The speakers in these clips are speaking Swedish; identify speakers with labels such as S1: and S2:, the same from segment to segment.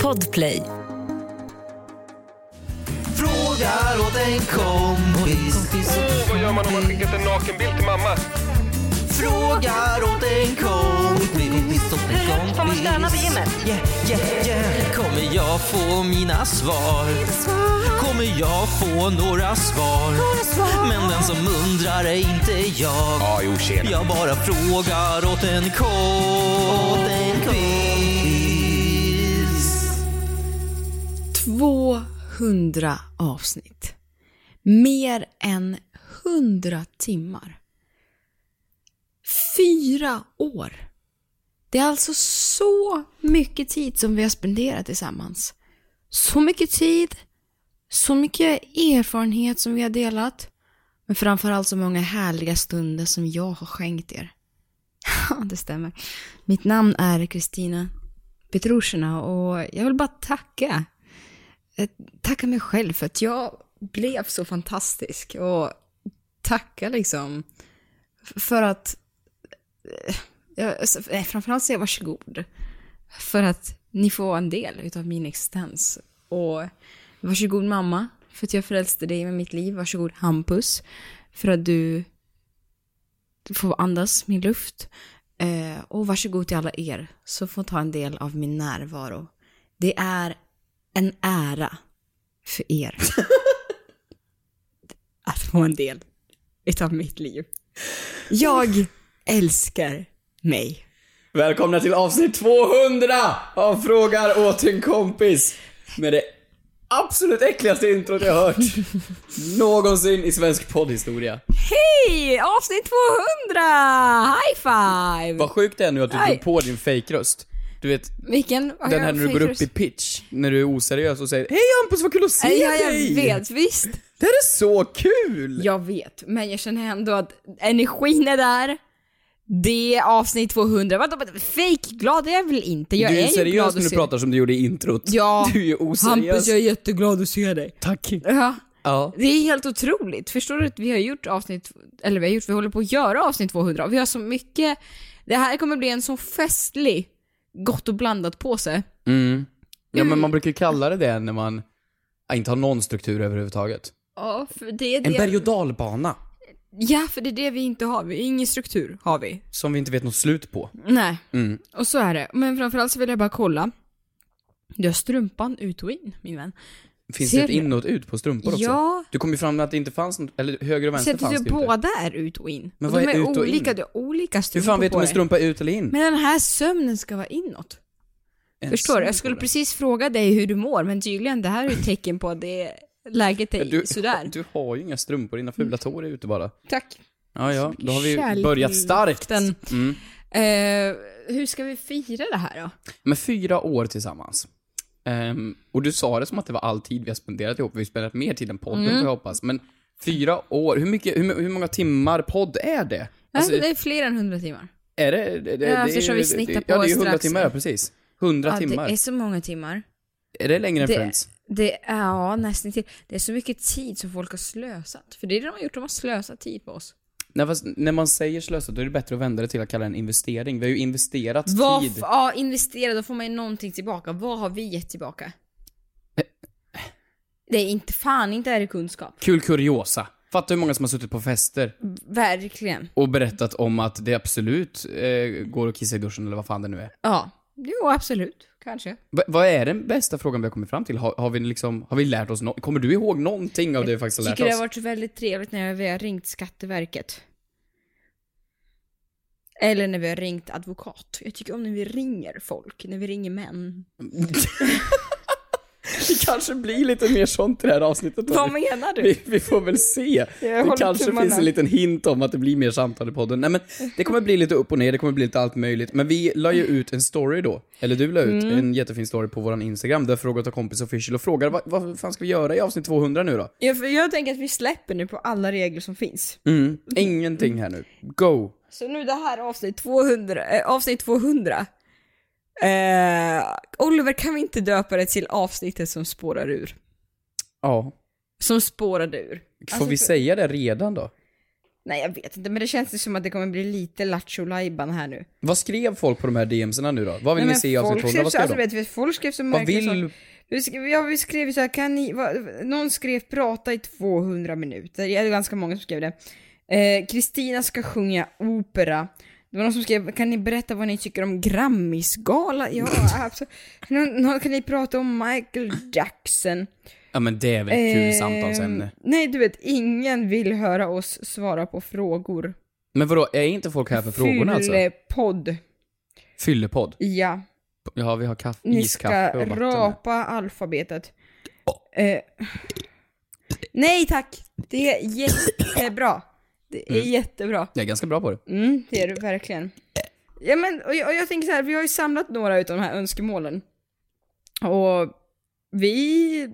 S1: Podplay.
S2: Frågar åt en kompis.
S3: Åh, vad gör man om man skickat en nakenbild till mamma?
S2: Frågar åt en kompis. åt en
S4: Hur högt får man stöna vid gymmet?
S2: Yeah, yeah, yeah. Kommer jag få mina svar? Kommer jag få några svar? Men den som undrar är inte jag.
S3: Ja, jo, tjena.
S2: Jag bara frågar åt en kompis.
S5: 200 avsnitt. Mer än 100 timmar. Fyra år. Det är alltså så mycket tid som vi har spenderat tillsammans. Så mycket tid, så mycket erfarenhet som vi har delat. Men framförallt så många härliga stunder som jag har skänkt er. Ja, det stämmer. Mitt namn är Kristina Petrushina och jag vill bara tacka tacka mig själv för att jag blev så fantastisk och tacka liksom för att, eh, jag, eh, framförallt säga varsågod för att ni får vara en del av min existens. Och varsågod mamma för att jag frälste dig med mitt liv. Varsågod Hampus för att du får andas min luft. Eh, och varsågod till alla er som får ta en del av min närvaro. Det är en ära för er. att få en del utav mitt liv. Jag älskar mig.
S6: Välkomna till avsnitt 200 av Frågar åt en kompis. Med det absolut äckligaste introt jag hört någonsin i svensk poddhistoria.
S5: Hej! Avsnitt 200! High five!
S6: Vad sjukt det är nu att du
S5: Aj.
S6: drog på din fejkröst. Du vet,
S5: Vilken?
S6: den här när du går upp i pitch, när du är oseriös och säger Hej Hampus, vad kul att se
S5: Ja,
S6: dig!
S5: jag vet. Visst.
S6: Det här är så kul!
S5: Jag vet, men jag känner ändå att energin är där. Det är avsnitt 200. Vadå, vadå, fake glad är jag väl inte? Jag
S6: du är,
S5: ju glad
S6: seriös när
S5: att
S6: du
S5: se-
S6: pratar som du gjorde i introt.
S5: Ja.
S6: Du är ju oseriös.
S5: Hampus, jag är jätteglad att se dig.
S6: Tack.
S5: Ja.
S6: Ja.
S5: Det är helt otroligt. Förstår du att vi har gjort avsnitt, eller vi har gjort, vi håller på att göra avsnitt 200 och vi har så mycket, det här kommer bli en så festlig gott och blandat påse.
S6: Mm. Ja men man brukar ju kalla det det när man ja, inte har någon struktur överhuvudtaget.
S5: Ja, för det är
S6: En
S5: det.
S6: berg och dalbana.
S5: Ja, för det är det vi inte har. Vi, ingen struktur har vi.
S6: Som vi inte vet något slut på.
S5: Nej.
S6: Mm.
S5: Och så är det. Men framförallt så vill jag bara kolla. Du har strumpan ut och in, min vän.
S6: Finns
S5: Ser
S6: det ett
S5: du?
S6: in och ett ut på strumpor också?
S5: Ja.
S6: Du kom ju fram med att det inte fanns något, eller höger och
S5: Så
S6: vänster
S5: att
S6: fanns
S5: du
S6: det ju inte.
S5: båda är ut och in.
S6: Men
S5: och
S6: vad
S5: de
S6: är ut och
S5: olika,
S6: in?
S5: du har olika strumpor
S6: Hur fan vet
S5: på
S6: du om en
S5: dig.
S6: strumpa är ut eller in?
S5: Men den här sömnen ska vara inåt.
S6: En
S5: Förstår du? Jag
S6: sån
S5: skulle
S6: fråga.
S5: precis fråga dig hur du mår, men tydligen det här är ett tecken på att det är, läget är
S6: du,
S5: sådär.
S6: Du har ju inga strumpor, dina fula tår är ute bara.
S5: Tack.
S6: Ja, ja, då har vi ju
S5: kärlek i
S6: börjat starkt.
S5: luften.
S6: Mm.
S5: Eh, hur ska vi fira det här då?
S6: Men fyra år tillsammans. Ehm, och du sa det som att det var all tid vi har spenderat ihop. Vi har spenderat mer tid än podden
S5: Mm.
S6: får jag hoppas. Men fyra år, hur, mycket, hur, hur många timmar podd är det? Alltså,
S5: det är fler än 100 timmar.
S6: Är det... det, det
S5: Ja,
S6: det är
S5: eftersom
S6: ju-
S5: vi snittar
S6: det, Ja,
S5: på
S6: det är ju 100
S5: strax.
S6: timmar, ja, precis. 100
S5: Ja,
S6: timmar.
S5: det är
S6: Är...
S5: så många timmar.
S6: det längre än
S5: Det-
S6: Friends?
S5: Det är, ja, nästan till. Det är så mycket tid som folk har slösat. För det är det de har gjort, de har slösat tid på oss.
S6: När, fast, när man säger slösat, då är det bättre att vända det till att kalla det en investering. Vi har ju investerat
S5: Vad, f-
S6: tid.
S5: ja, investera, då får man ju någonting tillbaka. Vad har vi gett tillbaka?
S6: Eh.
S5: Det är inte, fan inte är det kunskap.
S6: Kul kuriosa. Fatta hur många som har suttit på fester
S5: Verkligen.
S6: och berättat om att det absolut eh, går att kissa i duschen eller vad fan det nu är.
S5: Ja, jo absolut. Kanske.
S6: Va- vad är den bästa frågan vi har kommit fram till? Har, har vi liksom, har vi lärt oss no- Kommer du ihåg någonting av det vi faktiskt har lärt
S5: Tycker det
S6: oss?
S5: har varit väldigt trevligt när vi har ringt Skatteverket. Eller när vi har ringt advokat. Jag tycker om när vi ringer folk, när vi ringer män.
S6: Det kanske blir lite mer sånt i det här avsnittet. då.
S5: Vad menar du?
S6: Vi, vi får väl se. Det
S5: håller
S6: kanske
S5: tummarna.
S6: finns en liten hint om att det blir mer samtal i podden. Nej men, det kommer bli lite upp och ner, det kommer bli lite allt möjligt. Men vi la ju ut en story då, eller du la ut
S5: Mm.
S6: en jättefin story på våran Instagram där frågat av kompis official och frågar vad, vad fan ska vi göra i avsnitt 200 nu då?
S5: Ja, för jag tänker att vi släpper nu på alla regler som finns.
S6: Mm. Ingenting här nu. Go!
S5: Så nu det här avsnitt 200, eh, avsnitt 200. Eh, Oliver kan vi inte döpa det till avsnittet som spårar ur?
S6: Ja.
S5: Som spårade ur. Alltså,
S6: Får vi säga det redan då?
S5: Nej jag vet inte men det känns ju som att det kommer bli lite lattjo lajban här nu.
S6: Vad skrev folk på de här DMs'na nu då? Vad vill
S5: Nej,
S6: ni
S5: men
S6: se i avsnitt
S5: folk
S6: 200?
S5: skrev
S6: Vad
S5: så,
S6: skrev
S5: alltså,
S6: de?
S5: vet, du, folk skrev så
S6: Vad
S5: märkliga
S6: vill...
S5: saker. Vi skrev, ja, vi skrev så här, kan ni, vad- någon skrev prata i 200 minuter, det är ganska många som skrev det. Eh, Kristina ska sjunga opera. Det var någon som skrev, kan ni berätta vad ni tycker om Grammisgala? Ja, absolut. Någon, någon, kan ni prata om Michael Jackson?
S6: Ja men det är väl ett kul
S5: Eh,
S6: samtalsämne.
S5: Nej, du vet, ingen vill höra oss svara på frågor.
S6: Men vadå, är inte folk här för frågorna alltså?
S5: Fyllepodd.
S6: Fyllepodd?
S5: Ja.
S6: Ja, vi har kaffe,
S5: Ni ska
S6: iskaffe och vatten. där.
S5: rapa alfabetet. Eh, nej tack! Det är jättebra. Det
S6: Mm.
S5: är jättebra.
S6: Jag är ganska bra på det.
S5: Mm, det är det verkligen. Ja, men, och, jag, och jag tänker så här, vi har ju samlat några utav de här önskemålen. Och vi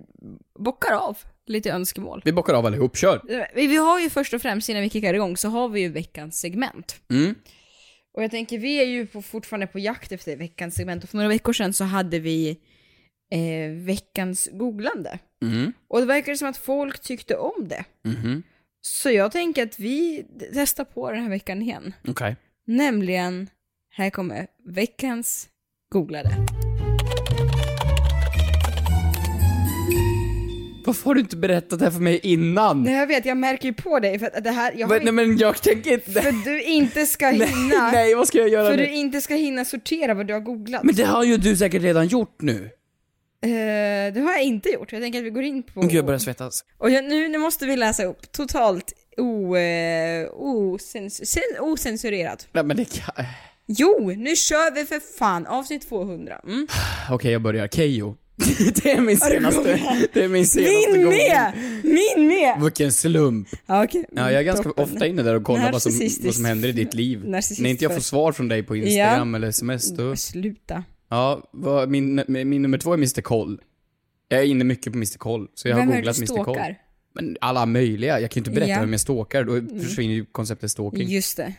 S5: bockar av lite önskemål.
S6: Vi bockar av allihop, kör!
S5: Eh, Vi, vi har ju först och främst, innan vi kickar igång, så har vi ju veckans segment.
S6: Mm.
S5: Och jag tänker, vi är ju på, fortfarande på jakt efter veckans segment. Och för några veckor sedan så hade vi eh, veckans googlande.
S6: Mm.
S5: Och det verkar som att folk tyckte om det.
S6: Mhm.
S5: Så jag tänker att vi testar på den här veckan igen.
S6: Okej.
S5: Nämligen, här kommer veckans googlade.
S6: Varför har du inte berättat det här för mig innan?
S5: Nej jag vet, jag märker ju på dig för att det här, jag har
S6: Men, nej
S5: inte,
S6: men jag tänker inte...
S5: för att du inte ska hinna,
S6: Nej, nej, vad ska jag göra
S5: för
S6: nu?
S5: du inte ska hinna sortera vad du har googlat.
S6: Men det har ju du säkert redan gjort nu.
S5: Eh, det har jag inte gjort, jag tänker att vi går in på...
S6: Gud, jag börjar svettas.
S5: Och jag, nu, nu måste vi läsa upp totalt o, eh, ocens, cen, ocensurerat.
S6: Nej men det kan... eh,
S5: Jo, nu kör vi för fan avsnitt 200. Mm.
S6: Okej, jag börjar. Keyyo. det är min senaste... Det är min senaste
S5: Min
S6: gång.
S5: med! Min med!
S6: Vilken slump.
S5: Ja, okej. Mm,
S6: Ja, jag är ganska
S5: Toppen.
S6: ofta inne där och kollar vad som,
S5: Narcissistiskt.
S6: vad som händer i ditt liv.
S5: Narcissist
S6: När inte jag får
S5: först.
S6: svar från dig på Instagram eller sms, då...
S5: Sluta.
S6: Ja, vad, min, min nummer två är Mr. Koll. Jag är inne mycket på Mr. Koll, så jag
S5: Vem
S6: har
S5: är det
S6: googlat
S5: du
S6: Mr. Koll.
S5: stalkar?
S6: Men alla möjliga. Jag kan ju inte berätta
S5: Ja. Mm.
S6: vem jag stalkar, då försvinner ju konceptet stalking.
S5: Just det.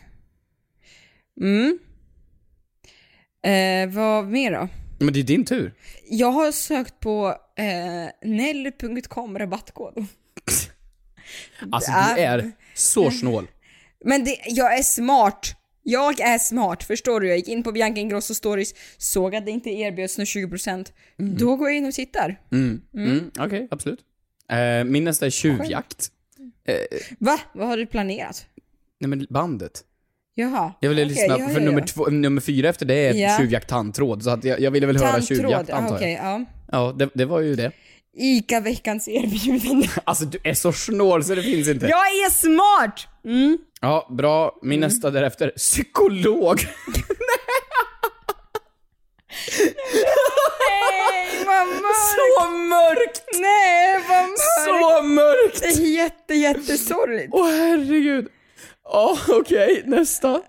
S5: Mm. Eh, vad mer då?
S6: Men det är din tur.
S5: Jag har sökt på eh, nell.com rabattkod.
S6: Alltså
S5: Ah.
S6: du är så
S5: Mm.
S6: snål.
S5: Men det, jag är smart. Jag är smart, förstår du? Jag gick in på Bianca Ingrosso stories, såg att det inte erbjöds någon 20%. Då går jag in och tittar.
S6: Mm. Mm. Okej, absolut. Eh, min nästa är tjuvjakt.
S5: Va? Vad har du planerat?
S6: Nej men bandet.
S5: Jaha.
S6: Jag ville
S5: Okej,
S6: lyssna,
S5: ja,
S6: för
S5: ja,
S6: nummer,
S5: ja.
S6: Två, nummer fyra efter det är
S5: Ja.
S6: tjuvjakt tandtråd, så att jag, jag ville väl höra
S5: Tandtråd,
S6: tjuvjakt
S5: ah,
S6: antar jag.
S5: okej, ja.
S6: Ja, det, det var ju det.
S5: Ica-veckans erbjudande.
S6: Alltså du är så snål så det finns inte.
S5: Jag är smart! Mm.
S6: Ja, bra. Min nästa därefter, psykolog.
S5: Nej, vad mörkt!
S6: så mörkt!
S5: Nej, vad mörkt!
S6: Så mörkt!
S5: Det är jätte, jättesorgligt.
S6: Åh herregud. Ja, okej, nästa.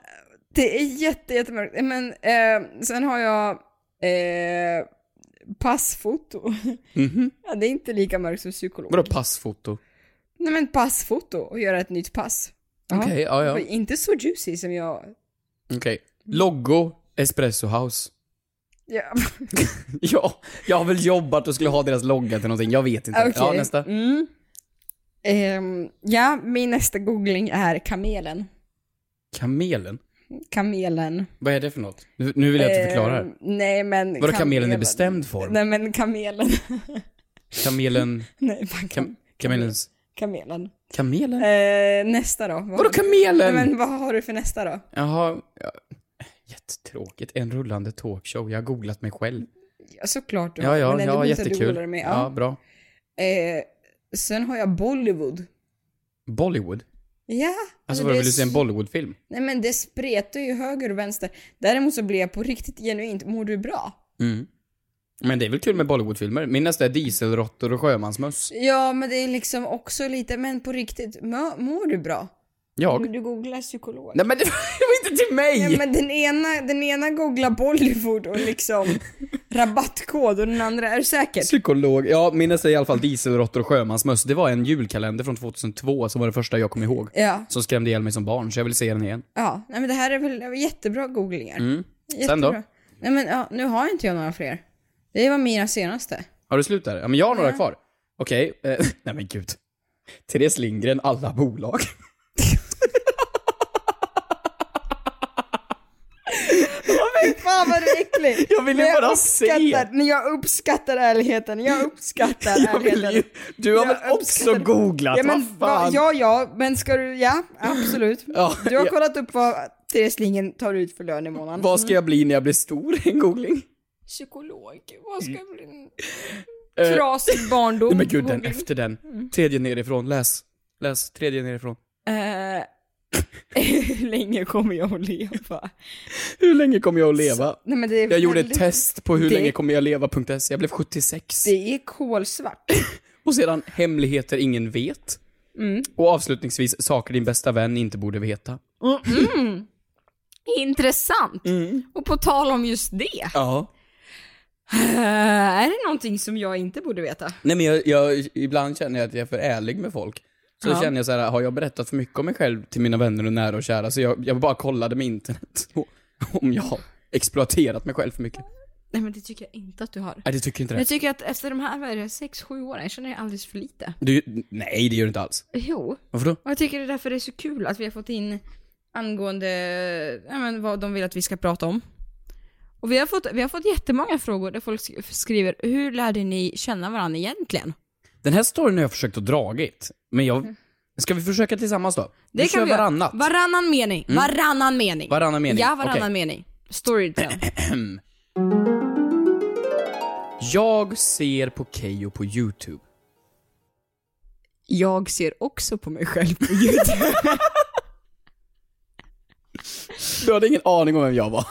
S5: Det är jätte, jättemörkt. Men eh, sen har jag eh, passfoto. Ja, det är inte lika mörkt som psykolog.
S6: Mhm. Vadå passfoto?
S5: Nej men passfoto och göra ett nytt pass. Ja.
S6: Okej, ja ja.
S5: Det var
S6: Okej.
S5: Inte så juicy som jag...
S6: Logo, Espresso House.
S5: Ja.
S6: Ja, jag har väl jobbat och skulle ha deras logga till någonting, jag vet inte.
S5: Okej.
S6: Ja, nästa.
S5: Mm. Ehm, ja, min nästa googling är kamelen.
S6: Kamelen?
S5: Kamelen.
S6: Vad är det för något? Nu nu vill jag att du förklarar.
S5: Ehm, nej men...
S6: Vadå kamelen i bestämd form?
S5: Nej men kamelen.
S6: Kamelen...
S5: nej, fan, kam-
S6: Kam, kamelens...
S5: kamelen.
S6: Kamelen?
S5: Ehm, nästa då. Vad-
S6: Vadå kamelen?
S5: Nej, men vad har du för nästa då?
S6: Jaha. Ja. Jättetråkigt. En rullande talkshow. Jag har googlat mig själv.
S5: Ja, såklart du
S6: Ja, ja,
S5: men
S6: ja
S5: ändå måste du
S6: jättekul.
S5: hålla dig Med.
S6: ja.
S5: Ja.
S6: bra.
S5: Ehm, sen har jag Bollywood.
S6: Bollywood?
S5: Ja.
S6: Alltså
S5: det
S6: vadå,
S5: är
S6: vill du se en
S5: så-
S6: Bollywoodfilm?
S5: Nej men det spretar ju höger och vänster. Däremot så blir jag på riktigt genuint, mår du bra?
S6: Mm. Men det är väl kul med Bollywoodfilmer? Min nästa är dieselråttor och sjömansmöss.
S5: Ja men det är liksom också lite, men på riktigt, mö- mår du bra?
S6: Jag?
S5: Men Du googlar psykolog.
S6: Nej men det var, det var inte till mig!
S5: Ja, Mm. men den ena, den ena googlar Bollywood och liksom rabattkod och den andra, är du säker?
S6: Psykolog. Ja, min nästa är i alla fall dieselråttor och sjömansmöss. Det var en julkalender från 2002 som var den första jag kom ihåg.
S5: Ja,
S6: Som skrämde ihjäl mig som barn, så jag vill se den igen.
S5: ja. Nej men det här är väl jättebra googlingar.
S6: Mm.
S5: Jättebra.
S6: Sen då?
S5: Nej men ja, nu har inte jag några fler. Det var mina senaste.
S6: Har du slut där? Ja, men jag har några kvar. Okej. Eh, nej men gud. Therese Lindgren, alla bolag.
S5: Fy fan vad du är äcklig!
S6: Jag ville
S5: Men
S6: bara
S5: uppskattar,
S6: se.
S5: Men jag uppskattar ärligheten, jag uppskattar
S6: Jag vill
S5: ärligheten.
S6: ju, du har
S5: Jag
S6: väl också
S5: uppskattar-
S6: googlat?
S5: Ja, men,
S6: vad
S5: va,
S6: fan?
S5: ja, ja, men ska du, ja, absolut.
S6: Ja,
S5: Du har
S6: ja.
S5: kollat upp vad Therese Lindgren tar ut för lön i månaden.
S6: Vad ska jag bli när jag blir stor? En googling?
S7: Psykolog, vad ska jag bli?
S6: Mm. Eh,
S5: Trasig barndom.
S6: Nej men gud, den efter den.
S5: Mm.
S6: Tredje nerifrån, läs. Läs, tredje nerifrån.
S5: Eh, Hur länge kommer jag att leva?
S6: Hur länge kommer jag att leva?
S5: Nej, men det är
S6: Jag gjorde ett
S5: väldigt-
S6: test på hur
S5: Det-
S6: länge kommer jag leva.se, jag blev 76.
S5: Det är kolsvart.
S6: Och sedan hemligheter ingen vet.
S5: Mm.
S6: Och avslutningsvis saker din bästa vän inte borde veta.
S7: Intressant.
S6: Mm.
S7: Och på tal om just det.
S6: Ja.
S5: Eh, är det någonting som jag inte borde veta?
S6: Nej men jag, jag, ibland känner jag att jag är för ärlig med folk. Så
S5: Ja.
S6: känner jag så här, har jag berättat för mycket om mig själv till mina vänner och nära och kära? Så jag, jag bara kollade med internet och, om jag har exploaterat mig själv för mycket.
S7: Nej men det tycker jag inte att du har.
S6: Nej det tycker inte det.
S7: Jag tycker att efter de här, vad är det, 6-7 åren, jag känner jag alldeles för lite.
S6: Du, nej det gör du inte alls.
S7: Jo.
S6: Varför då?
S5: Och jag tycker det är därför det är så kul att vi har fått in angående ja, men vad de vill att vi ska prata om. Och vi har, fått, vi har fått jättemånga frågor där folk sk- skriver “Hur lärde ni känna varandra egentligen?”
S6: Den här storyn har jag försökt att dragit, men jag... Ska vi försöka tillsammans då?
S5: Mm. Det
S6: vi
S5: kan
S6: kör
S5: vi göra.
S6: varannat.
S5: Varannan mening, varannan mening.
S6: Varannan mening,
S5: Ja, varannan
S6: okej.
S5: mening. Storytell.
S6: jag ser på Keyyo på YouTube.
S5: Jag ser också på mig själv på YouTube.
S6: Du hade ingen aning om vem jag var.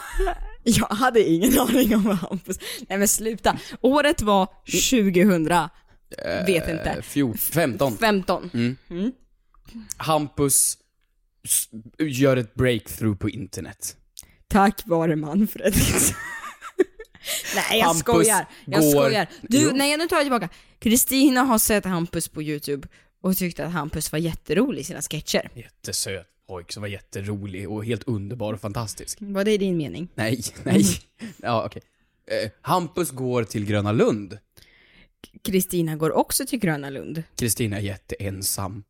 S5: jag hade ingen aning om vad Hampus... Nej men sluta. Året var 2000. Vet inte.
S6: Eh, fjort- 15.
S5: 15.
S6: Hampus s- gör ett breakthrough på internet.
S5: Tack vare Manfred. nej jag
S6: Hampus
S5: skojar. Jag
S6: går-
S5: skojar. Du,
S6: Jo.
S5: nej nu tar jag tillbaka. Kristina har sett Hampus på YouTube och tyckte att Hampus var jätterolig i sina sketcher.
S6: Jättesöt pojk som var jätterolig och helt underbar och fantastisk.
S5: Var det din mening?
S6: Nej, nej. Ja, okej. Eh, Hampus går till Gröna Lund.
S5: Kristina går också till Gröna Lund.
S6: Kristina är jätteensam.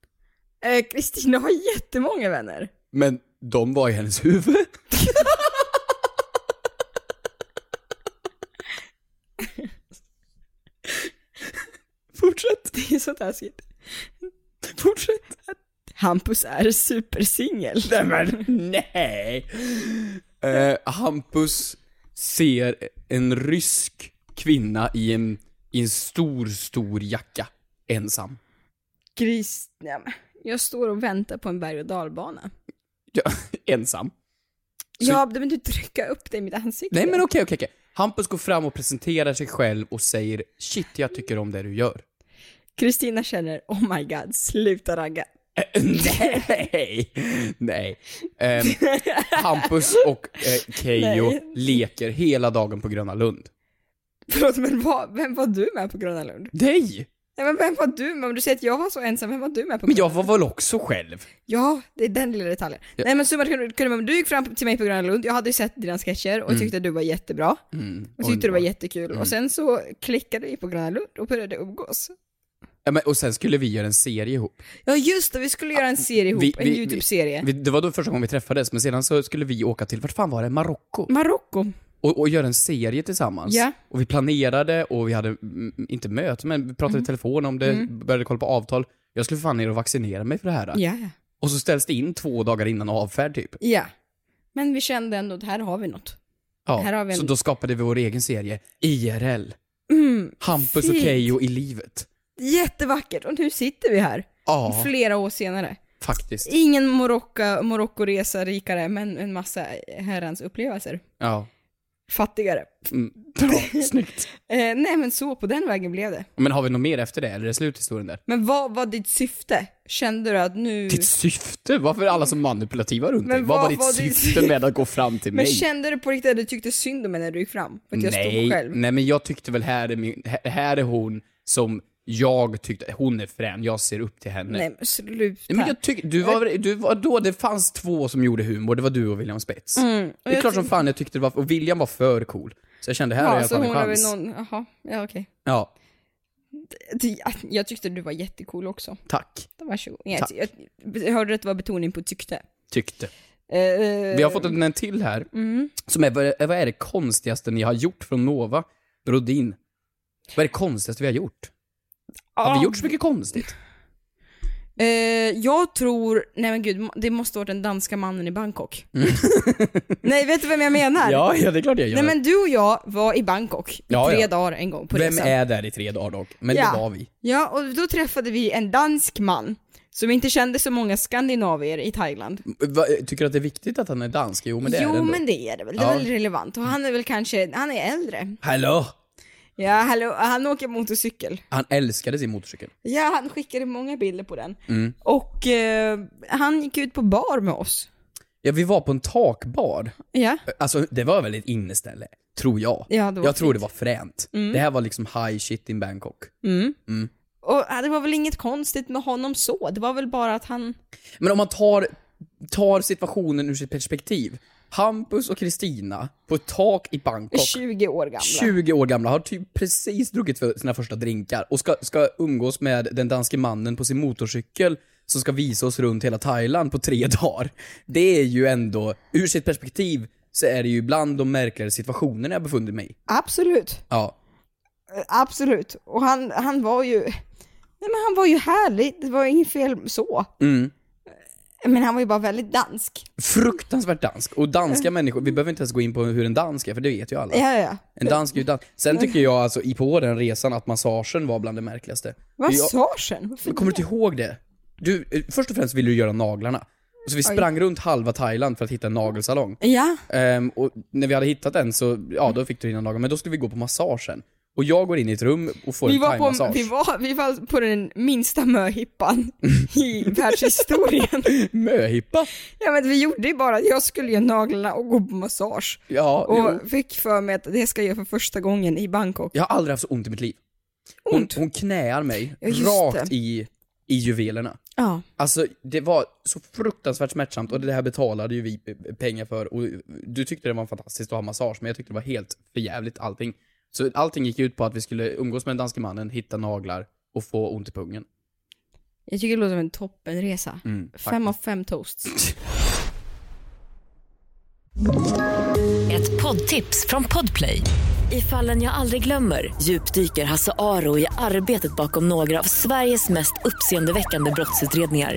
S5: Eh, Kristina har jättemånga vänner.
S6: Men de var i hennes huvud.
S5: Fortsätt. Det är så taskigt. Fortsätt. Hampus är supersingel.
S6: Nej men nej! Eh, Hampus ser en rysk kvinna i en, i en stor, stor jacka. Ensam.
S5: Kris... Nej, men Jag står och väntar på en berg och dalbana.
S6: Ja, ensam. Så-
S5: Ja, men du trycka upp det i mitt ansikte.
S6: Nej men okej, okej, okej. Hampus går fram och presenterar sig själv och säger “Shit, jag tycker om det du gör”.
S5: Kristina känner, oh my god, sluta ragga.
S6: Eh, nej! Nej. Ehm, Hampus och eh, Keyyo
S5: Nej.
S6: leker hela dagen på Gröna Lund.
S5: Förlåt, men vad, vem var du med på Gröna Lund?
S6: Nej!
S5: Nej men vem var du med? Om du säger att jag var så ensam, vem var du med på
S6: Men
S5: Gröna
S6: jag var väl också själv?
S5: Ja, det är den lilla detaljen. Nej men summa kunde du gick fram till mig på Gröna Lund, jag hade ju sett dina sketcher och tyckte att du var jättebra.
S6: Mm,
S5: Och tyckte det var
S6: underbart.
S5: jättekul. Och sen så klickade vi på Gröna Lund och började umgås.
S6: Ja, men, och sen skulle vi göra en serie ihop.
S5: Ja just det, vi skulle göra en serie ihop,
S6: Vi-
S5: en
S6: vi- vi-
S5: YouTube-serie.
S6: Vi, det var då första gången vi träffades, men sedan så skulle vi åka till, vart fan var det? Marocko?
S5: Marocko.
S6: Och, och göra en serie tillsammans.
S5: Ja.
S6: Och vi planerade och vi hade, mm, inte möte, men vi
S5: Mm.
S6: pratade i telefon om det, började kolla på avtal. Jag skulle för fan ner och vaccinera mig för det här.
S5: Ja, ja.
S6: Och så ställs det in två dagar innan avfärd typ.
S5: Ja. Men vi kände ändå att här har vi något.
S6: Ja.
S5: Här har vi en-
S6: Så då skapade vi vår egen serie, IRL. Hampus och
S5: fint.
S6: Keyyo i livet.
S5: Mm. Jättevackert och nu sitter vi här.
S6: Ja,
S5: Flera år senare.
S6: faktiskt.
S5: Ingen Marocka- Marocko-resa rikare, men en massa herrans upplevelser.
S6: Ja.
S5: Fattigare.
S6: Mm. Bra, snyggt.
S5: Eh, nej men så, på den vägen blev det.
S6: Men har vi något mer efter det, eller är det sluthistorien där?
S5: Men vad var ditt syfte? Kände du att nu...
S6: Ditt syfte? Varför är alla så manipulativa runt
S5: Men
S6: dig? Vad
S5: vad
S6: var ditt
S5: var ditt
S6: syfte
S5: syfte?
S6: med att gå fram till
S5: men
S6: mig?
S5: kände du på riktigt att du tyckte synd om mig när du gick fram? För att jag
S6: nej,
S5: stod själv?
S6: nej, men jag tyckte väl här är, min, här- här är hon som jag tyckte, hon är frän, jag ser upp till henne.
S5: Nej men sluta.
S6: Nej, men jag tyck, du, var, du var då, det fanns två som gjorde humor, det var du och William Spets. det är
S5: Mm, jag
S6: klart som fan jag tyckte det var, och William var för cool. Så jag kände här har
S5: ja,
S6: jag
S5: så
S6: tagit
S5: hon
S6: en
S5: har väl
S6: chans.
S5: någon... Jaha, ja okej.
S6: Ja,
S5: Det- Jag tyckte du var jättecool också.
S6: tack.
S5: Varsågod. Jag,
S6: Tack.
S5: jag, jag hörde att det var betoning på tyckte.
S6: Tyckte.
S5: Eh,
S6: Vi har fått en en till här.
S5: mm.
S6: Som är, vad är- vad är det konstigaste ni har gjort från Nova Brodin? Vad är det konstigaste vi har gjort? Har
S5: ja.
S6: vi gjort så mycket konstigt?
S5: Eh, jag tror, nej men gud, det måste ha varit den danska mannen i Bangkok. nej, vet du vem jag menar?
S6: Mm. Ja, ja det är klart jag gör.
S5: Nej men du och jag var i Bangkok i
S6: Ja,
S5: tre
S6: ja.
S5: dagar en gång på
S6: Vem
S5: resan.
S6: är där i tre dagar dock? Men
S5: Ja.
S6: det var vi.
S5: Ja, och då träffade vi en dansk man som inte kände så många skandinavier i Thailand.
S6: Va, tycker du att det är viktigt att han är dansk? Jo, men det är
S5: jo
S6: det ändå.
S5: men det är det väl, det
S6: Ja.
S5: är väl relevant. Och han är väl kanske, han är äldre.
S6: Hallå!
S5: Ja, hallå, han åker motorcykel.
S6: Han älskade sin motorcykel.
S5: Ja, han skickade många bilder på den.
S6: Mm.
S5: Och eh, han gick ut på bar med oss.
S6: Ja, vi var på en takbar.
S5: Ja,
S6: Alltså, det var väl ett inneställe? Tror jag.
S5: Ja, det var Mm.
S6: jag tror det var fränt. Det här var liksom high shit in Bangkok. Mm.
S5: och eh, det var väl inget konstigt med honom så, det var väl bara att han...
S6: Men om man tar, tar situationen ur sitt perspektiv. Hampus och Kristina på ett tak i
S5: är
S6: Bangkok,
S5: 20 år gamla.
S6: 20 år gamla, har typ precis druckit för sina första drinkar och ska, ska umgås med den danske mannen på sin motorcykel som ska visa oss runt hela Thailand på tre dagar. Det är ju ändå, ur sitt perspektiv, så är det ju bland de märkligare situationerna jag befunnit mig i.
S5: Absolut.
S6: Ja.
S5: Absolut. Och han, han var ju... Nej men han var ju härlig, det var ju inget fel så.
S6: Mm.
S5: Men han var ju bara väldigt dansk.
S6: Fruktansvärt dansk. Och danska människor, vi behöver inte ens gå in på hur en dansk är, för det vet ju alla.
S5: Ja, ja.
S6: En dansk är ju dansk. Sen tycker jag alltså, i på den resan, att massagen var bland det märkligaste.
S5: Vad
S6: jag,
S5: sa sen? Varför
S6: Kommer du inte ihåg det? Du, eh, först och främst ville du göra naglarna. Och så vi sprang runt halva Thailand för att hitta en nagelsalong.
S5: Ja,
S6: Ehm, och när vi hade hittat den så, ja då fick du dina naglar. Men då skulle vi gå på massagen. Och jag går in i ett rum och får
S5: vi
S6: en
S5: var, på,
S6: thaimassage.
S5: vi, var, vi var på den minsta möhippan i världshistorien.
S6: Möhippa?
S5: ja men vi gjorde ju bara, jag skulle göra naglarna och gå på massage.
S6: Ja, jo.
S5: Och fick för mig att det ska jag göra för första gången i Bangkok.
S6: Jag har aldrig haft så ont i mitt liv. Hon,
S5: Ont?
S6: hon knäar mig
S5: Ja, just
S6: rakt
S5: det.
S6: i, i juvelerna.
S5: Ja.
S6: Alltså det var så fruktansvärt smärtsamt och det här betalade ju vi pengar för och du tyckte det var fantastiskt att ha massage men jag tyckte det var helt förjävligt allting. Så allting gick ut på att vi skulle umgås med den danske mannen, hitta naglar och få ont i pungen.
S5: Jag tycker det låter som en toppenresa.
S6: Mm,
S5: fem av fem toasts.
S1: Ett poddtips från Podplay. I fallen jag aldrig glömmer djupdyker Hasse Aro i arbetet bakom några av Sveriges mest uppseendeväckande brottsutredningar.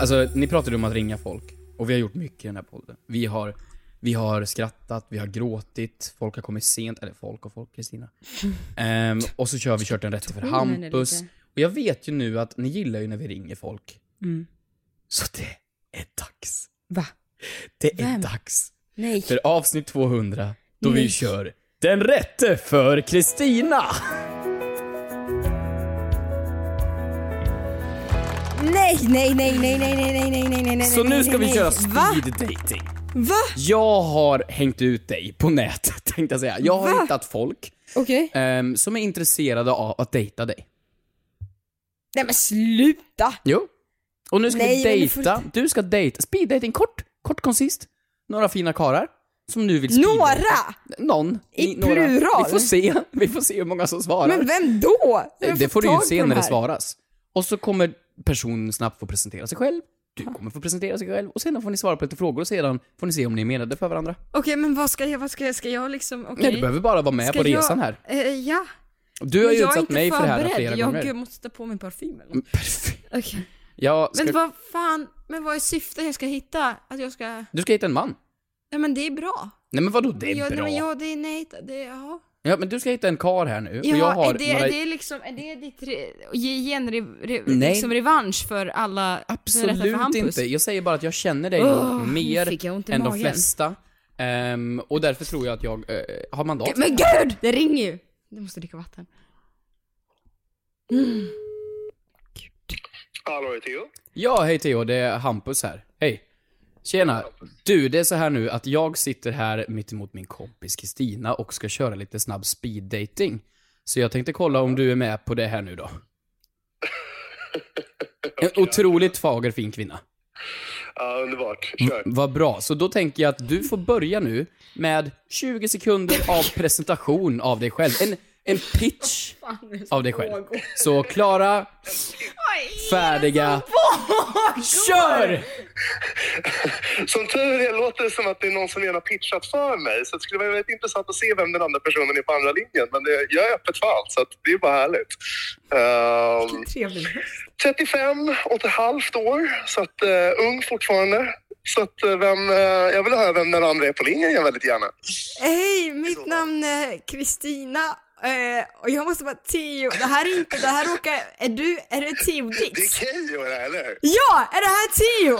S6: Alltså ni pratade om att ringa folk och vi har gjort mycket i den här podden. Vi har, vi har skrattat, vi har gråtit, folk har kommit sent, eller folk och folk, Kristina. Ehm, och så kör vi kört en rätt för
S5: Tonen är
S6: Hampus.
S5: lite-
S6: Och jag vet ju nu att ni gillar ju när vi ringer folk. Så det är dags.
S5: Mm. Va?
S6: Det är
S5: Vem?
S6: dags
S5: Nej.
S6: för avsnitt 200 då
S5: Nej.
S6: vi kör Den rätte för Kristina!
S5: Nej, nej, nej, nej, nej, nej, nej, nej, nej, nej, nej,
S6: Så
S5: nej,
S6: nu ska
S5: nej,
S6: vi
S5: nej.
S6: köra
S5: Va?
S6: speed dating.
S5: Va?
S6: Jag har hängt ut dig på nätet tänkte jag säga. Jag har hittat folk
S5: Okej.
S6: ehm, som är intresserade av att dejta dig.
S5: Nej men sluta!
S6: Jo. Och nu ska
S5: Nej,
S6: vi
S5: men du får
S6: dejta. Du ska dejta. Speed dating kort, kort koncist. Några fina karar som nu vill speed
S5: Några?
S6: Någon.
S5: I
S6: Ni-
S5: plural?
S6: Vi får se. Vi får se hur många som svarar.
S5: Men vem då? Vem
S6: Det får du ju
S5: tag
S6: se
S5: på de
S6: när det
S5: här?
S6: svaras. Och så kommer personen snabbt få presentera sig själv. Du kommer få presentera sig själv och sedan får ni svara på lite frågor och sedan får ni se om ni är menade för varandra.
S5: Okej men vad ska jag, vad ska jag, ska jag liksom, okej?
S6: Nej, du behöver bara vara med
S5: Ska
S6: på
S5: jag-
S6: resan här.
S5: Eh, ja.
S6: Du har
S5: Men
S6: ju
S5: jag är
S6: utsatt
S5: inte
S6: mig för det här
S5: förberedd.
S6: flera
S5: jag,
S6: gånger. Mm,
S5: Gud, jag måste ta på mig parfym eller något.
S6: Perfekt.
S5: Okej.
S6: Jag ska...
S5: Men vad fan, men vad är syftet jag ska hitta? Att jag ska,
S6: Du ska hitta en man.
S5: nej men det är bra.
S6: Nej men vadå, det är
S5: jag,
S6: bra.
S5: Nej, men jag, det är nej, det är, ja.
S6: Ja, men du ska hitta en kar här nu.
S5: Ja,
S6: och jag har
S5: är, det,
S6: några...
S5: är det liksom, är det ditt re, ge igen re, re,
S6: Nej.
S5: liksom revansch för alla den rätta för
S6: Absolut
S5: Hampus?
S6: inte. Jag säger bara att jag känner dig
S5: Åh, nu
S6: mer
S5: fick jag ont i
S6: än de
S5: magen.
S6: flesta. Ehm, och därför tror jag att jag eh, har mandat.
S5: Men gud! Det ringer ju! Du måste dricka vatten.
S8: Hallå, det är Theo.
S6: Ja, hej Theo, det är Hampus här. Hej. Tjena! Du, det är så här nu att jag sitter här mitt emot min kompis Kristina och ska köra lite snabb speed dating. Så jag tänkte kolla om du är med på det här nu då. En otroligt fager fin kvinna.
S3: Ja, underbart. Kör.
S6: Vad bra. Så då tänker jag att du får börja nu med 20 sekunder av presentation av dig själv. En, en pitch av dig själv. Så klara, färdiga, kör!
S3: Som tur är låter det som att det är någon som redan har pitchat för mig. Så det skulle vara väldigt intressant att se vem den andra personen är på andra linjen. Men det, jag är öppet för allt, så att det är bara härligt. Ehm, 35 och ett halvt år, så att eh, ung fortfarande. Så att eh, vem, eh, jag vill höra vem den andra är på linjen jag väldigt gärna.
S5: Hej, mitt namn är Kristina. eh, Och jag måste vara Tio. Det här är inte, det här råkar, är du, är det Tio
S3: Det är
S5: Dix?
S3: Keyyo det här, eller hur?
S5: Ja, är det här Tio?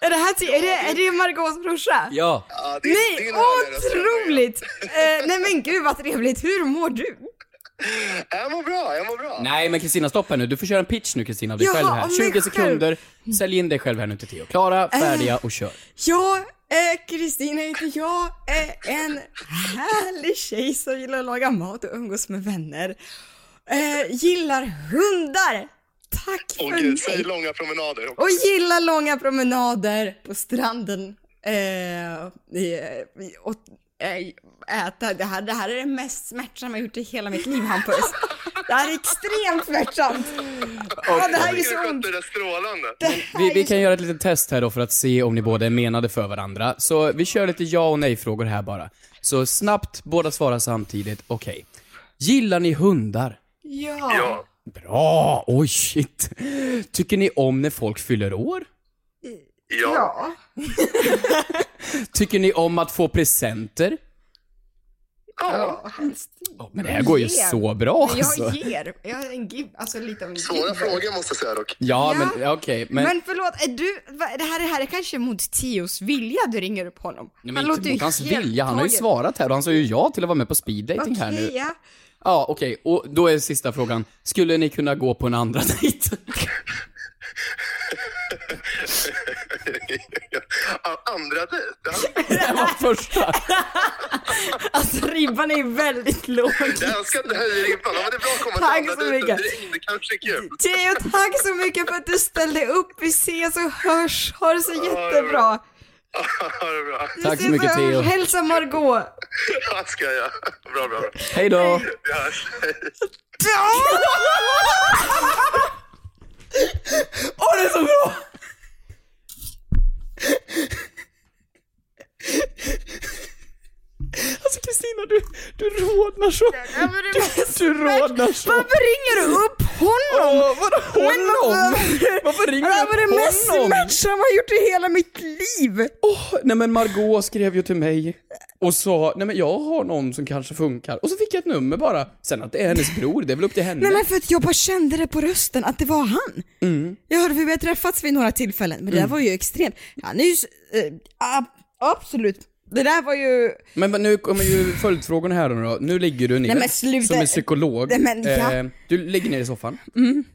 S5: Är det här Tio? Är det, är det Margaux brorsa?
S6: Ja.
S3: Ja, det är- det är
S5: Nej,
S3: en härlig röst.
S5: otroligt! Eh, nej men gud vad trevligt, hur mår du?
S3: Jag mår bra, jag mår bra.
S6: Nej men Kristina, stopp här nu. Du får köra en pitch nu Kristina av dig
S5: Jaha,
S6: själv här.
S5: om mig
S6: 20
S5: själv. Äh.
S6: sekunder. Sälj in dig själv här nu till Theo. Klara, färdiga och kör.
S5: Ja, eh, Kristina heter jag, eh, en härlig tjej som gillar att laga mat och umgås med vänner. Eh, gillar hundar! Tack för
S3: Åh
S5: mig!
S3: gud, säg långa promenader.
S5: Och gillar långa promenader på stranden. Eh, eh, och eh, äta. Det här, det här är det mest smärtsamma jag gjort i hela mitt liv, Hampus. Det här är extremt smärtsamt. Ja, det här är så ont.
S3: Det är strålande.
S6: Vi, vi kan göra ett litet test här då för att se om ni båda är menade för varandra. Så vi kör lite ja och nej-frågor här bara. Så snabbt, båda svarar samtidigt. Okej. Gillar ni hundar?
S3: Ja.
S6: Bra! Oj, shit. Tycker ni om när folk fyller år?
S3: Ja.
S6: Tycker ni om att få presenter?
S5: Ja,
S6: Åh, men det här går ju så bra alltså.
S5: jag ger. Jag är en give, alltså lite av en
S3: Svåra
S5: give.
S3: frågor måste jag säga dock.
S6: Ja, men ja, okej. men,
S5: Men förlåt, är du, va- det här, det här är kanske mot Tios vilja du ringer upp honom?
S6: Nej, men inte mot hans
S5: helt
S6: vilja. Han har ju
S5: tagen.
S6: svarat här och han sa ju ja till att vara med på speed dating här
S5: Okej,
S6: nu.
S5: ja.
S6: Ja, okej. Och då är sista frågan. Skulle ni kunna gå på en andra dejt?
S3: Ja, Andra dejt. Det här-
S6: Det var första.
S5: Alltså ribban är väldigt låg.
S3: Jag ska inte höja ribban. Ja, men Det är bra att komma till
S5: Tack
S3: andra
S5: så
S3: dejten
S5: mycket.
S3: direkt. Det kanske är kul.
S5: Theo, tack så mycket för att du ställde upp. Vi ses och hörs. Ha det så jättebra.
S3: Ha det bra.
S5: Vi
S6: Tack så
S5: ses och
S6: mycket,
S5: hörs.
S6: Theo.
S5: Hälsa Margot.
S3: Ja, det ska jag göra. Bra, bra, bra.
S6: Hej då.
S3: Vi hörs. Hej.
S6: Åh, det är så bra! Alltså Kristina, du, du rodnar så. Du, du rodnar så.
S5: Varför ringer du upp honom?
S6: Åh, vadå honom? Varför ringer
S5: Det här var det
S6: du
S5: mest
S6: upp honom?
S5: smärtsamma jag gjort i hela mitt liv.
S6: Nej men Margot skrev ju till mig och sa, nej men jag har någon som kanske funkar. Och så fick jag ett nummer bara. Sen att det är hennes bror, det är väl upp till henne.
S5: Nej men för att jag bara kände det på rösten, att det var han.
S6: Mm.
S5: Jag hörde för vi har träffats vid några tillfällen, men det där var ju extremt. Han är ju, s- eh, ab- absolut. Det där var ju,
S6: Men, nu kommer ju följdfrågorna här nu då. Nu ligger du ner
S5: Nej, men sluta.
S6: som en psykolog. Eh,
S5: Nej, men ja. Mm.
S6: du ligger ner i soffan.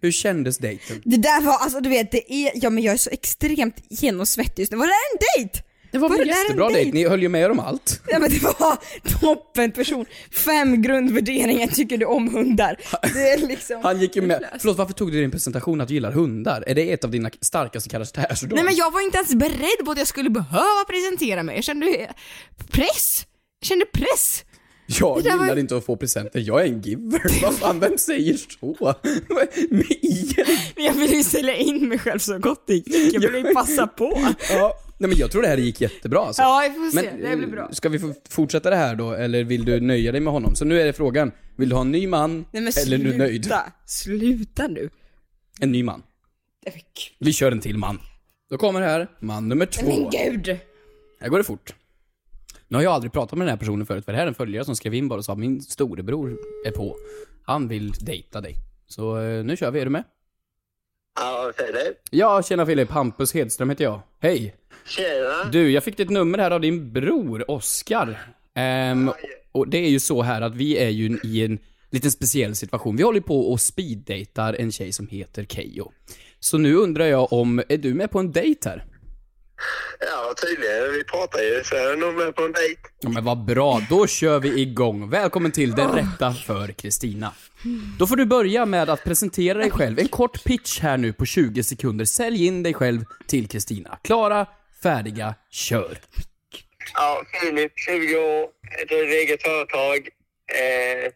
S6: Hur kändes dejten?
S5: det där var, alltså du vet, det är, ja men jag är så extremt genomsvettig just nu. Var det här en dejt?
S6: Det var,
S5: Var
S6: en
S5: det där en
S6: jättebra dejt?
S5: dejt?
S6: Ni höll ju med om allt.
S5: Nej men det var toppen person. Fem grundvärderingar tycker du om hundar. Det är liksom...
S6: Han gick ju med. Förlåt, varför tog du i din presentation att du gillar hundar? Är det ett av dina starkaste karaktärsdrag?
S5: Nej men jag var inte ens beredd på att jag skulle behöva presentera mig. Jag kände eh, press. Jag kände press.
S6: Jag
S5: där var
S6: gillar
S5: ju-
S6: inte att få presenter, jag är en giver. Vad fan, vem säger så? Med igen.
S5: Men jag ville ju sälja in mig själv så gott det gick. Jag ville ju passa på.
S6: Ja. Nej men jag tror det här gick jättebra alltså.
S5: Ja, vi får se.
S6: Men,
S5: det här blir bra.
S6: eh, Ska vi få fortsätta det här då, eller vill du nöja dig med honom? Så nu är det frågan, vill du ha en ny man,
S5: Nej men
S6: eller är du nöjd?
S5: sluta. Sluta nu.
S6: En ny man. Vi kör en till man. Då kommer här, man nummer två.
S5: Men gud.
S6: Här går det fort. Nu har jag aldrig pratat med den här personen förut, för det här är en följare som skrev in bara och sa min storebror är på. Han vill dejta dig. Så eh, nu kör vi, är du med?
S9: Ja, Filip.
S6: Ja, tjena Filip. Hampus Hedström heter jag. Hej!
S9: Tjena.
S6: Du, jag fick ditt nummer här av din bror, Oskar. Ehm, och det är ju så här att vi är ju i en liten speciell situation. Vi håller på och speeddejtar en tjej som heter Kejo. Så nu undrar jag om, är du med på en dejt här?
S3: Ja, tydligen. Vi pratar ju så jag är nog med på en dejt.
S6: Ja, men vad bra, då kör vi igång. Välkommen till Den rätta för Kristina. Då får du börja med att presentera dig själv. En kort pitch här nu på 20 sekunder. Sälj in dig själv till Kristina. Klara, färdiga, kör.
S3: Ja, Filip, 20 år, driver eget företag, eh,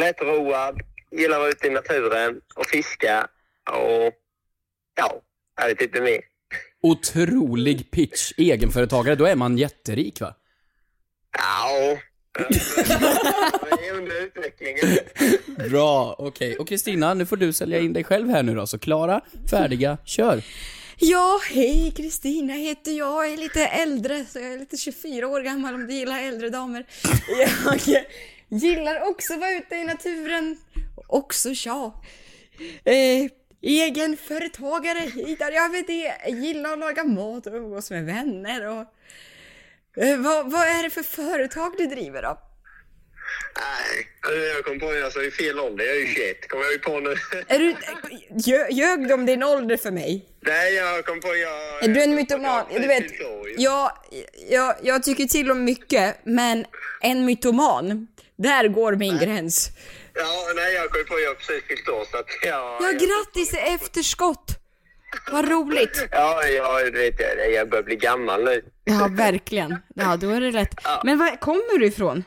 S3: lättroad, gillar att vara ute i naturen och fiska och ja, jag vet inte mer.
S6: Otrolig pitch. Egenföretagare, då är man jätterik va?
S3: Ja, det är under utveckling.
S6: Bra, okej. Och Kristina, nu får du sälja in dig själv här nu då. Så Klara, färdiga, kör.
S5: Ja, hej Kristina heter jag. Jag är lite äldre, så jag är lite 24 år gammal om du gillar äldre damer. Jag gillar också att vara ute i naturen. Också tja. Eh, egenföretagare hit och jag vet det. Gillar att laga mat och umgås med vänner och... Eh, vad, vad är det för företag du driver då?
S3: Nej, Alltså, jag kom på att jag sa ju fel ålder. Jag är ju 21, kommer jag ju på nu.
S5: Är du, ljö- ljög du om din ålder för mig?
S3: Nej, jag kom på att Alltså, jag...
S5: Är du en mytoman? Du vet, jag, jag, jag tycker till om mycket, men en mytoman, där går min gräns.
S3: Ja, nej, jag kom ju på att jag precis fyllt år, så att jag...
S5: Ja, grattis i efterskott! Vad roligt!
S3: Ja, ja, du vet, jag, jag börjar bli gammal nu.
S5: Ja, verkligen. Ja, då är det rätt. Men var kommer du ifrån?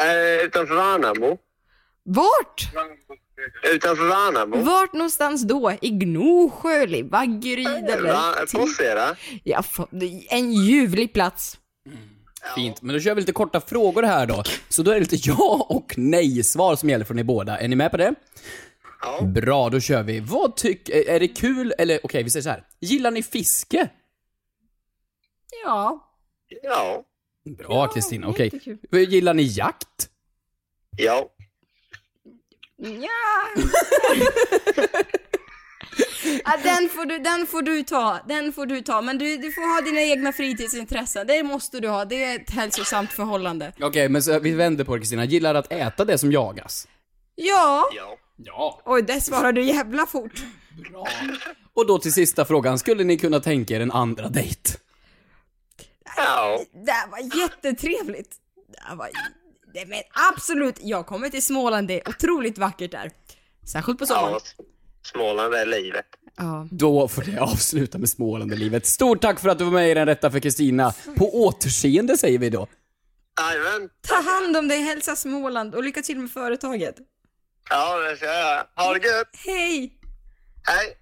S3: Eh, utanför Värnamo.
S5: Vart?
S3: Utanför Värnamo.
S5: Vart någonstans då? I Gnosjö eller i Vaggeryd eller?
S3: Va- Forsheda.
S5: Ja, fa- det är en ljuvlig plats.
S6: Fint, men då kör vi lite korta frågor här då. Så då är det lite ja och nej-svar som gäller från er båda. Är ni med på det? Ja. Bra, då kör vi. Vad tycker... Är det kul eller... Okej, vi säger så här. Gillar ni fiske?
S5: Ja.
S3: Ja.
S6: Bra, Kristina. Okej. Gillar ni jakt?
S3: Ja.
S5: Ja. ja den, får du, den får du ta, den får du ta. Men du, du får ha dina egna fritidsintressen, det måste du ha. Det är ett hälsosamt förhållande.
S6: Okej, men så vi vänder på det, Kristina. Gillar att äta det som jagas?
S5: Ja!
S6: Ja.
S5: Oj, det svarar du jävla fort.
S6: Och då till sista frågan. Skulle ni kunna tänka er en andra dejt?
S3: Ja.
S5: Det här var jättetrevligt. Det här var... Det, men absolut, jag kommer till Småland, det är otroligt vackert där. Särskilt på sommaren.
S3: Ja, Småland är livet.
S6: Då får det avsluta med Småland i livet. Stort tack för att du var med i Den rätta för Kristina. På återseende säger vi då.
S3: Jajamän.
S5: Ta hand om dig, hälsa Småland och lycka till med företaget.
S3: Ja, det ska jag göra. Ha det gött!
S5: Hej!
S3: Hej!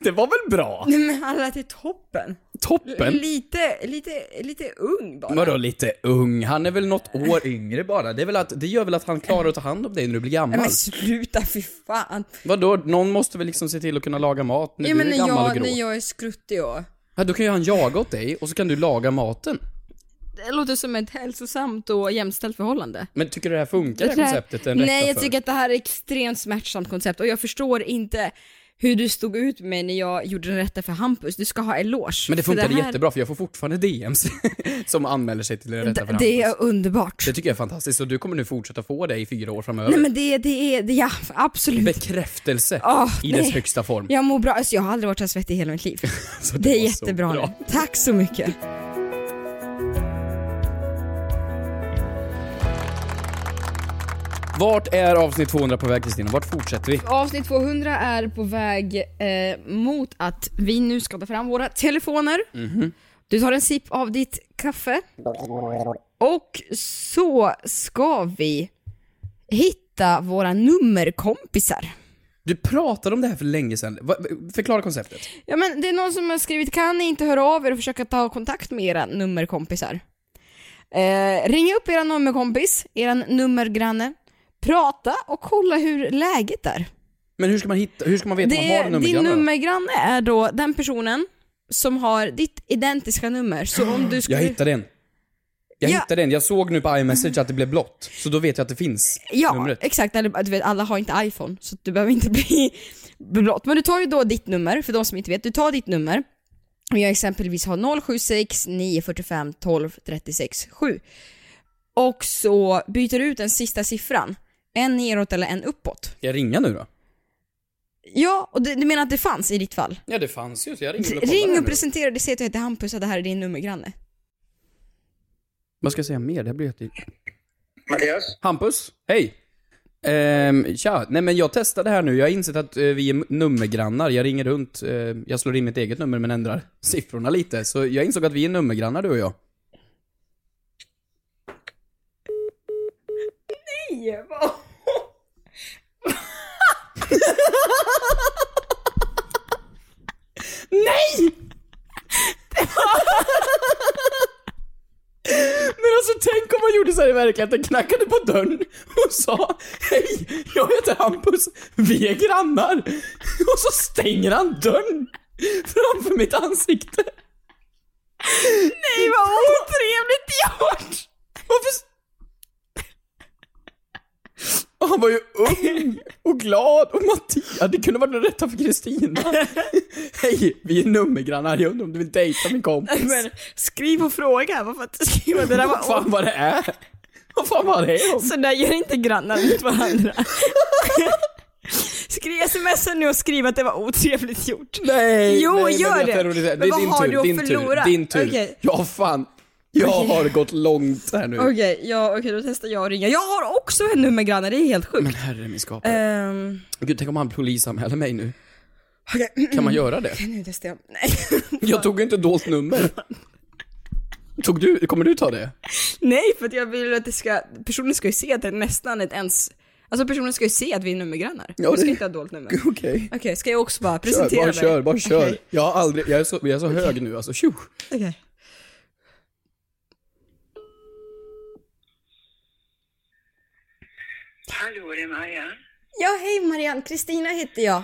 S6: Det var väl bra?
S5: Nej men alla det är toppen.
S6: Toppen?
S5: Lite, lite, lite ung bara.
S6: Vadå lite ung? Han är väl något år yngre bara? Det, är väl att, det gör väl att han klarar att ta hand om dig när du blir
S5: Nej
S6: gammal?
S5: men sluta, fy fan.
S6: Vadå, någon måste väl liksom se till att kunna laga mat när
S5: ja,
S6: du
S5: men
S6: är
S5: när
S6: gammal och
S5: jag,
S6: grå?
S5: när jag är skruttig och...
S6: Ja, då kan ju han jaga åt dig och så kan du laga maten.
S5: Det låter som ett hälsosamt och jämställt förhållande.
S6: Men tycker du det här funkar, det här
S5: Det här-
S6: konceptet? Den
S5: Nej,
S6: rätta
S5: jag
S6: för?
S5: tycker att det här är ett extremt smärtsamt koncept och jag förstår inte hur du stod ut med mig när jag gjorde den rätta för Hampus. Du ska ha eloge.
S6: Men det
S5: för
S6: funkade
S5: här-
S6: jättebra för jag får fortfarande DMs som anmäler sig till Den rätta för
S5: Det
S6: Hampus.
S5: är underbart.
S6: Det tycker jag är fantastiskt och du kommer nu fortsätta få det i fyra år framöver.
S5: Nej men det, det är, det, ja absolut.
S6: Bekräftelse
S5: Åh,
S6: i dess
S5: Typ. nej.
S6: högsta form.
S5: Jag mår bra, alltså jag har aldrig varit så svettig i hela mitt liv. det, är
S6: var så
S5: jättebra
S6: bra.
S5: nu. Tack så mycket.
S6: Vart är avsnitt 200 på väg Kristina? Vart fortsätter vi?
S10: Avsnitt 200 är på väg eh, mot att vi nu ska ta fram våra telefoner. Du tar en sipp av ditt kaffe. Och så ska vi hitta våra nummerkompisar.
S6: Du pratade om det här för länge sedan. Va- Förklara konceptet.
S10: Ja men det är någon som har skrivit kan ni inte höra av er och försöka ta kontakt med era nummerkompisar? Eh, ring upp era nummerkompis, eran nummergranne, prata och kolla hur läget är.
S6: Men hur ska man, hitta, hur ska man veta att man har en
S10: din
S6: nummergranne? då?
S10: nummergranne är då den personen som har ditt identiska nummer. Så om du skulle...
S6: Jag hittade en. Jag
S10: Ja.
S6: hittade en. Jag såg nu på iMessage att det blev blått. Så då vet jag att det finns
S10: Ja,
S6: numret.
S10: exakt. Eller, du vet, alla har inte iPhone, så att du behöver inte bli blått. Men du tar ju då ditt nummer, för de som inte vet. Du tar ditt nummer. Och jag exempelvis har 076 945 12 36 7. Och så byter du ut den sista siffran. En neråt eller en uppåt.
S6: Ska jag ringa nu då?
S5: Ja, och du, du menar att det fanns i ditt fall?
S6: Ja, det fanns ju, så jag ringde väl kollade
S5: Ring
S6: det
S5: och
S6: nu.
S5: presentera dig, säg att du heter Hampus och det här är din nummergranne.
S6: Vad ska jag säga mer? Det här blir jätte...
S3: Mattias?
S6: Hampus, hej! Ehm, tja, nej men jag testade här nu. Jag har insett att eh, vi är nummergrannar. Jag ringer runt, eh, jag slår in mitt eget nummer men ändrar siffrorna lite. Så jag insåg att vi är nummergrannar du och jag.
S5: Nej, vad...
S7: Nej!
S6: Men alltså tänk om man gjorde så här i verkligheten, knackade på dörren och sa Hej, jag heter Hampus, vi är grannar. Och så stänger han dörren framför mitt ansikte.
S7: Nej vad otrevligt gjort!
S6: Varför... Och han var ju ung och glad och Mattias, det kunde varit den rätta för Kristina. Hej, vi är nummergrannar, jag undrar om du vill dejta min kompis.
S7: Men skriv och fråga, varför inte skriva? Det där var...
S6: Vad fan vad det är? Vad fan var det om?
S7: Så där gör inte grannar mot varandra. Skriv smsa nu och skriv att det var otrevligt gjort.
S6: Nej,
S7: Jo,
S6: nej, men
S7: gör
S6: jag
S7: det.
S6: terroriserar.
S7: Men
S6: det är
S7: vad
S6: din
S7: har
S6: tur,
S7: du att
S6: din
S7: förlora?
S6: Tur, din tur.
S5: Okej.
S6: Ja, fan. Jag har gått långt här nu.
S5: Okej, ja, okej då testar jag att ringa. Jag har också en nummergranne, det är helt sjukt.
S6: Men herre min skapare.
S5: Ehm,
S6: Gud, tänk om han polisanmäler mig nu.
S5: okej.
S6: Kan man göra det?
S5: Okej, nu testar jag. Nej.
S6: Jag tog ju inte dolt nummer. Tog du, kommer du ta det?
S5: Nej, för att jag vill att det ska, personen ska ju se att det är nästan ett ens, alltså personen ska ju se att vi är nummergrannar.
S6: Ja,
S5: Hon ska
S6: det-
S5: inte ha dolt nummer.
S6: Okej. Okay.
S5: Okej, ska jag också bara
S6: Kör,
S5: presentera
S6: bara
S5: mig?
S6: kör, bara kör.
S5: Okej,
S6: Jag har aldrig, jag är så, jag är så hög nu alltså. Tjo.
S5: okej.
S11: Hallå, det är Marianne.
S5: Ja, hej Marianne, Kristina heter jag.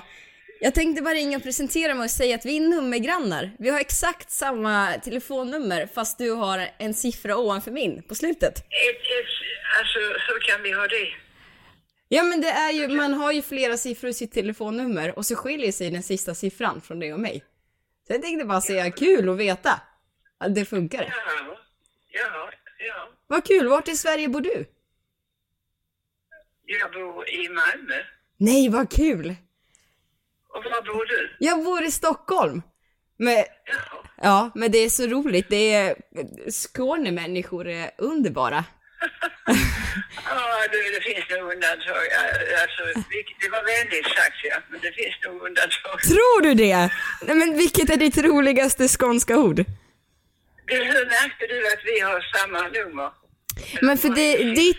S5: Jag tänkte bara ringa och presentera mig och säga att vi är nummergrannar. Vi har exakt samma telefonnummer fast du har en siffra ovanför min på slutet.
S11: Ett, ett, alltså, hur kan vi ha det?
S5: Ja men det är ju, man har ju flera siffror i sitt telefonnummer och så skiljer sig den sista siffran från dig och mig. Så jag tänkte bara säga kul att veta att det funkar.
S11: Ja, ja, ja.
S5: Vad kul, vart i Sverige bor du?
S11: Jag bor i Malmö.
S5: Nej vad kul!
S11: Och var bor du?
S5: Jag bor i Stockholm. Men, ja, men det är så roligt. Det är, Skånemänniskor är underbara.
S11: Ja, du, det finns nog undantag. Alltså, vilket- det var vänligt sagt, ja. Men det finns nog undantag.
S5: Tror du det? Nej men vilket är ditt roligaste skånska ord?
S11: Du, hur märkte du att vi har samma nummer?
S5: Men för det, ditt,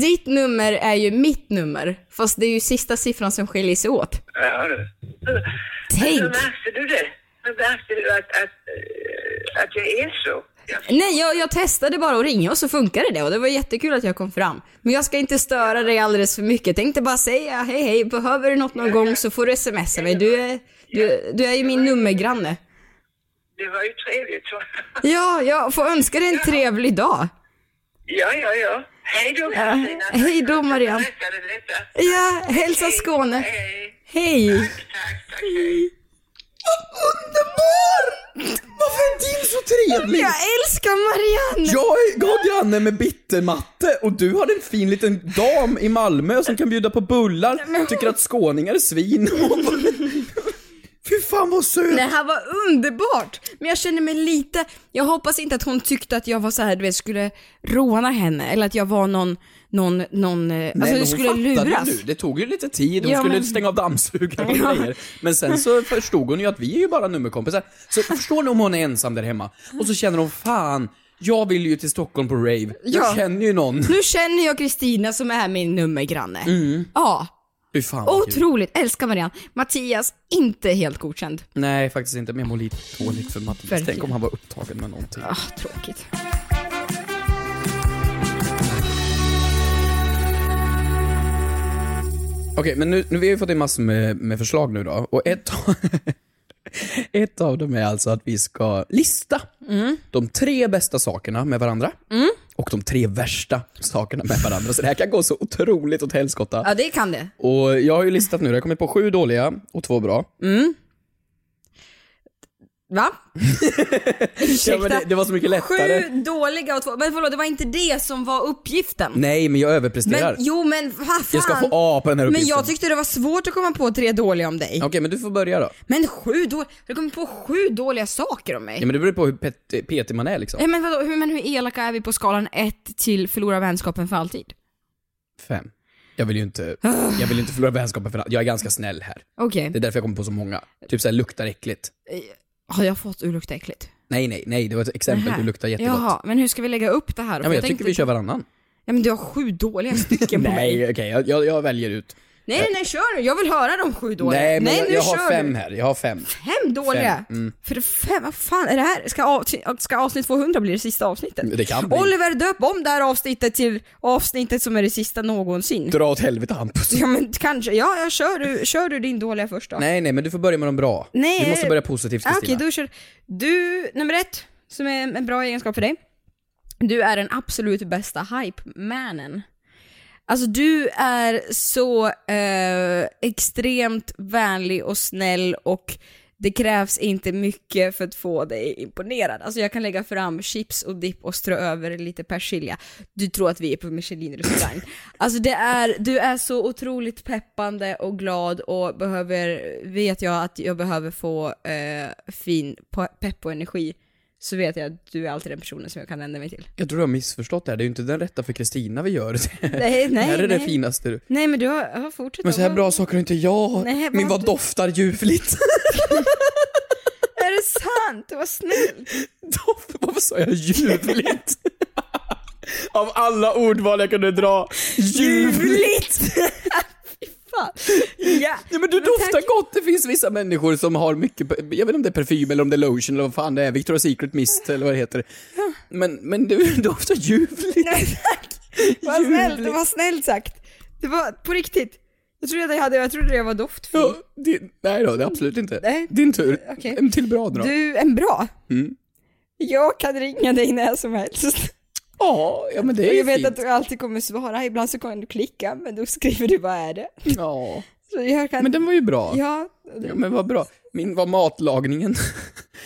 S5: ditt nummer är ju mitt nummer, fast det är ju sista siffran som skiljer sig åt.
S11: Ja, du.
S5: Tänk.
S11: Hur märkte du det? Hur märkte du att, att, eh, att jag är så?
S5: Nej, jag, jag testade bara att ringa och så funkade det och det var jättekul att jag kom fram. Men jag ska inte störa dig alldeles för mycket. Tänkte bara säga hej hej, behöver du något någon gång så får du smsa mig. Du är, du, du är ju min nummergranne.
S11: Det var ju trevligt. Så.
S5: Ja, jag får önska dig en trevlig dag.
S11: Ja, ja, ja. Hej då,
S5: Ja,
S11: Kristina.
S5: hej då, Marianne.
S11: Jag berättade detta.
S5: Ja, hälsa Skåne. Hej.
S6: Underbar! Varför är din så trevlig?
S5: Jag älskar Marianne!
S6: Jag är god granne med bittermatte och du har en fin liten dam i Malmö som kan bjuda på bullar, tycker att skåningar är svin. Fy fan vad söt!
S5: Det här var underbart! Men jag känner mig lite, jag hoppas inte att hon tyckte att jag var så här, du vet, skulle råna henne eller att jag var någon, någon, någon, eh,
S6: Nej,
S5: alltså
S6: men
S5: jag
S6: hon
S5: skulle
S6: fattade ju
S5: luras.
S6: Nu. Det tog ju lite tid, hon
S5: Ja,
S6: skulle
S5: men-
S6: stänga av dammsugaren och
S5: Ja.
S6: grejer. Men sen så förstod hon ju att vi är ju bara nummerkompisar. Så förstår ni om hon är ensam där hemma? Och så känner hon, fan, jag vill ju till Stockholm på rave.
S5: Ja.
S6: Jag känner ju någon.
S5: Nu känner jag Kristina som är min nummergranne.
S6: Mm.
S5: Ja,
S6: Fy fan vad kul.
S5: otroligt. Älskar Marianne. Mattias, inte helt godkänd.
S6: Nej, faktiskt inte. Men jag mår lite dåligt för Mattias.
S5: Verkligen.
S6: Tänk om han var upptagen med någonting.
S5: Ah, tråkigt.
S6: Okej, men nu, nu vi har ju fått in massor med, med förslag nu då. Och ett, av- ett av dem är alltså att vi ska lista
S5: Mm.
S6: de tre bästa sakerna med varandra. Och de tre värsta sakerna med varandra. Så det här kan gå så otroligt åt helskotta.
S5: Ja, det kan det.
S6: Och jag har ju listat nu, det har kommit på sju dåliga och två bra.
S5: Mm. Va?
S6: ja, men det, det var så mycket lättare.
S5: Sju dåliga och två... Men förlåt, det var inte det som var uppgiften.
S6: Nej, men jag överpresterar.
S5: Men jo men vad fan.
S6: Jag ska få A på den här
S5: Men
S6: uppgiften.
S5: jag tyckte det var svårt att komma på tre dåliga om dig.
S6: Okej, men du får börja då.
S5: Men sju dåliga, du kom på sju dåliga saker om mig.
S6: Ja, men det beror på hur pet- petig man är liksom.
S5: Nej men vadå, hur, men hur elaka är vi på skalan 1 till förlora vänskapen för alltid?
S6: Fem. Jag vill ju inte, jag vill inte förlora vänskapen för Jag är ganska snäll här.
S5: Okej.
S6: Det är därför jag kommer på så många. Typ såhär, luktar äckligt.
S5: Har jag fått urlukta äckligt?
S6: Nej, nej, nej, det var ett exempel.
S5: Nähä.
S6: Du luktar jättegott.
S5: Jaha, men hur ska vi lägga upp det här?
S6: Ja,
S5: För
S6: men jag
S5: tänkte-
S6: tycker vi kör varannan.
S5: Ja men du har sju dåliga stycken på mig.
S6: nej, okej, jag, jag, jag väljer ut.
S5: Nej nej nej kör nu, jag vill höra de sju dåliga.
S6: nej, men jag,
S5: nu
S6: jag har
S5: kör
S6: fem
S5: du.
S6: här. Jag har fem.
S5: Fem dåliga?
S6: Fem, mm.
S5: För fem, vad fan är det här? Ska, avsnitt, ska avsnitt 200 bli det sista avsnittet?
S6: Det kan bli.
S5: Oliver döp om det här avsnittet till avsnittet som är det sista någonsin.
S6: Dra åt helvete Hampus.
S5: Ja men kanske, ja jag kör du, kör du din dåliga först då.
S6: Nej, nej, men du får börja med de bra.
S5: Nej.
S6: Du måste börja positivt
S5: Ah,
S6: Kristina.
S5: Okej, då kör du. Nummer ett, som är en bra egenskap för dig. Du är den absolut bästa hype-mannen. Alltså du är så eh, extremt vänlig och snäll och det krävs inte mycket för att få dig imponerad. Alltså jag kan lägga fram chips och dipp och strö över lite persilja. Du tror att vi är på Michelin-restaurang. Alltså det är, du är så otroligt peppande och glad och behöver, vet jag att jag behöver få eh, fin pe- pepp och energi så vet jag att du är alltid den personen som jag kan vända mig till.
S6: Jag tror du har missförstått det här. Det är ju inte den rätta för Kristina vi gör.
S5: Nej,
S6: det
S5: nej,
S6: här är det
S5: nej.
S6: finaste du.
S5: Nej men du har, har fortsatt
S6: Men så här bra saker har inte jag.
S5: Nej, vad
S6: men vad
S5: du-
S6: doftar ljuvligt?
S5: Är det sant? Det var snällt.
S6: Varför sa jag ljuvligt? Av alla ordval jag kunde dra. Ljuvligt!
S5: Fan. Ja.
S6: Nej, men du doftar gott. Det finns vissa människor som har mycket, jag vet inte om det är parfym eller om det är lotion eller vad fan det är, Victoria's Secret Mist eller vad det heter. Men, men du doftar ljuvligt.
S5: Nej tack! Vad snällt, det
S6: Ljuvligt.
S5: var snällt sagt. Det var på riktigt. Jag trodde att jag, hade, jag, trodde jag var doftfri.
S6: Ja, det, nej då, det är absolut inte.
S5: Nej.
S6: Din tur.
S5: Okej.
S6: En till bra drag.
S5: Du, en bra.
S6: Mm.
S5: Jag kan ringa dig när som helst.
S6: Ja, ja men det är
S5: Och
S6: ju
S5: jag vet
S6: fint.
S5: att du alltid kommer svara, ibland så kommer du klicka men då skriver du vad är det?
S6: Ja.
S5: Så jag kan...
S6: Men den var ju bra.
S5: Ja.
S6: Ja, men vad bra. Min var matlagningen.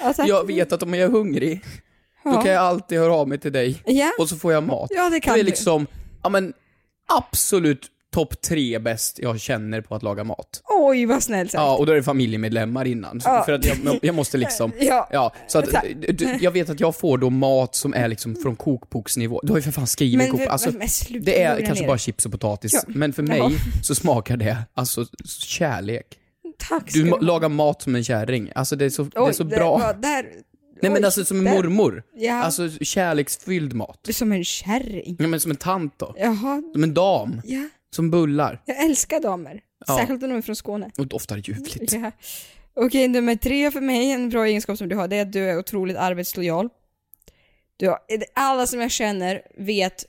S5: Ja, tack.
S6: Jag vet att om jag är hungrig, då
S5: Alltså- Ja.
S6: kan jag alltid höra av mig till dig.
S5: Ja.
S6: Och så får jag mat.
S5: Ja, det kan
S6: det är
S5: du.
S6: liksom, ja men absolut topp tre bäst jag känner på att laga mat.
S5: Oj vad snällt sagt.
S6: Ja, och då är det familjemedlemmar innan. Så-
S5: Ja.
S6: För att jag, jag måste liksom...
S5: Ja.
S6: så att,
S5: Tack.
S6: du- jag vet att jag får då mat som är liksom från kokboksnivå. Du har ju för fan skrivit
S5: Men-
S6: kokbok.
S5: men-
S6: Alltså,
S5: men sluta,
S6: det är
S5: lugna
S6: kanske
S5: ner
S6: bara
S5: dig.
S6: chips och potatis,
S5: Ja.
S6: men för mig
S5: Jaha.
S6: så smakar det alltså kärlek.
S5: Tack ska
S6: Du
S5: du
S6: ma-
S5: ha.
S6: lagar mat som en kärring. Alltså det är så, det är så
S5: Oj,
S6: bra.
S5: var där.
S6: Nej men
S5: oj,
S6: alltså som en
S5: där.
S6: mormor.
S5: Ja.
S6: Alltså kärleksfylld mat.
S5: Som en kärring.
S6: Ja, men som en tant då.
S5: Jaha.
S6: Som en dam.
S5: Ja.
S6: Som bullar.
S5: Jag älskar damer.
S6: Ja.
S5: Särskilt om de är från Skåne.
S6: Och doftar
S5: Mm,
S6: ljuvligt.
S5: Ja. Okej, nummer tre för mig, en bra egenskap som du har, det är att du är otroligt arbetslojal. Du har, alla som jag känner vet,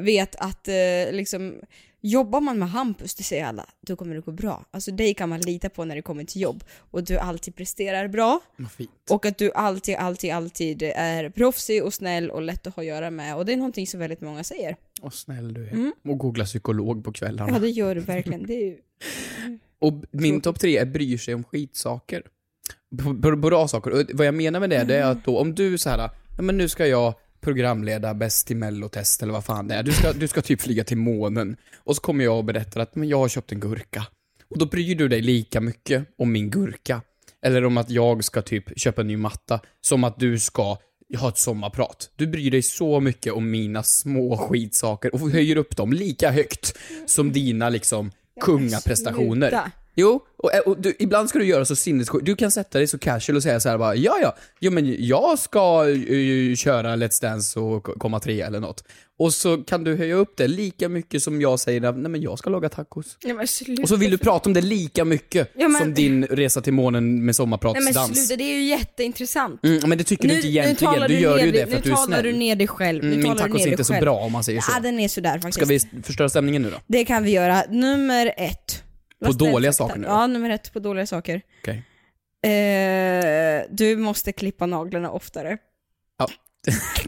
S5: vet att eh, liksom, jobbar man med Hampus, det säger alla, då kommer det gå bra. Alltså dig kan man lita på när det kommer till jobb. Och du alltid presterar bra.
S6: Vad fint.
S5: Och att du alltid, alltid, alltid är proffsig och snäll och lätt att ha att göra med. Och det är någonting som väldigt många säger.
S6: Åh snäll du är.
S5: Mm.
S6: Och googla psykolog på kvällarna.
S5: Ja, det gör du verkligen. Det är ju...
S6: Och b- min topp tre är bryr sig om skitsaker. B- b- bra saker. Och vad jag menar med det, det är att då, om du så här, ja men nu ska jag programleda Bäst i mellotest eller vad fan det är. Du ska, du ska typ flyga till månen. Och så kommer jag och berättar att men jag har köpt en gurka. Och då bryr du dig lika mycket om min gurka. Eller om att jag ska typ köpa en ny matta. Som att du ska ha ett sommarprat. Du bryr dig så mycket om mina små skitsaker och höjer upp dem lika högt som dina liksom kungaprestationer.
S5: sluta.
S6: Jo, och, eh, och du, ibland ska du göra så sinnessjukt. Du kan sätta dig så casual och säga så här bara, ja ja, jo men jag ska eh, köra Let's Dance och k- komma tre eller något. Och så kan du höja upp det lika mycket som jag säger, nej men jag ska laga tacos.
S5: Ja, men sluta.
S6: Och så vill du prata om det lika mycket
S5: Mm. Ja, men-
S6: som din resa till månen med
S5: Nej men
S6: sommarpratsdans.
S5: sluta, det är ju jätteintressant.
S6: Mm, men det tycker du inte egentligen.
S5: talar
S6: du gör
S5: ner
S6: ju
S5: dig-
S6: det för att
S5: nu
S6: du är
S5: talar
S6: snäll.
S5: du ner dig själv. Nu
S6: Mm, min
S5: talar du
S6: tacos
S5: ner
S6: är
S5: dig
S6: inte så
S5: själv.
S6: bra om man säger så.
S5: Ja, den är sådär faktiskt.
S6: Ska vi förstöra stämningen nu då?
S5: Det kan vi göra. Nummer ett.
S6: På
S5: snällt
S6: dåliga
S5: sagt.
S6: saker nu då?
S5: Ja, nummer ett på dåliga saker.
S6: Okej.
S5: Eh, du måste klippa naglarna oftare.
S6: Eh, Ja.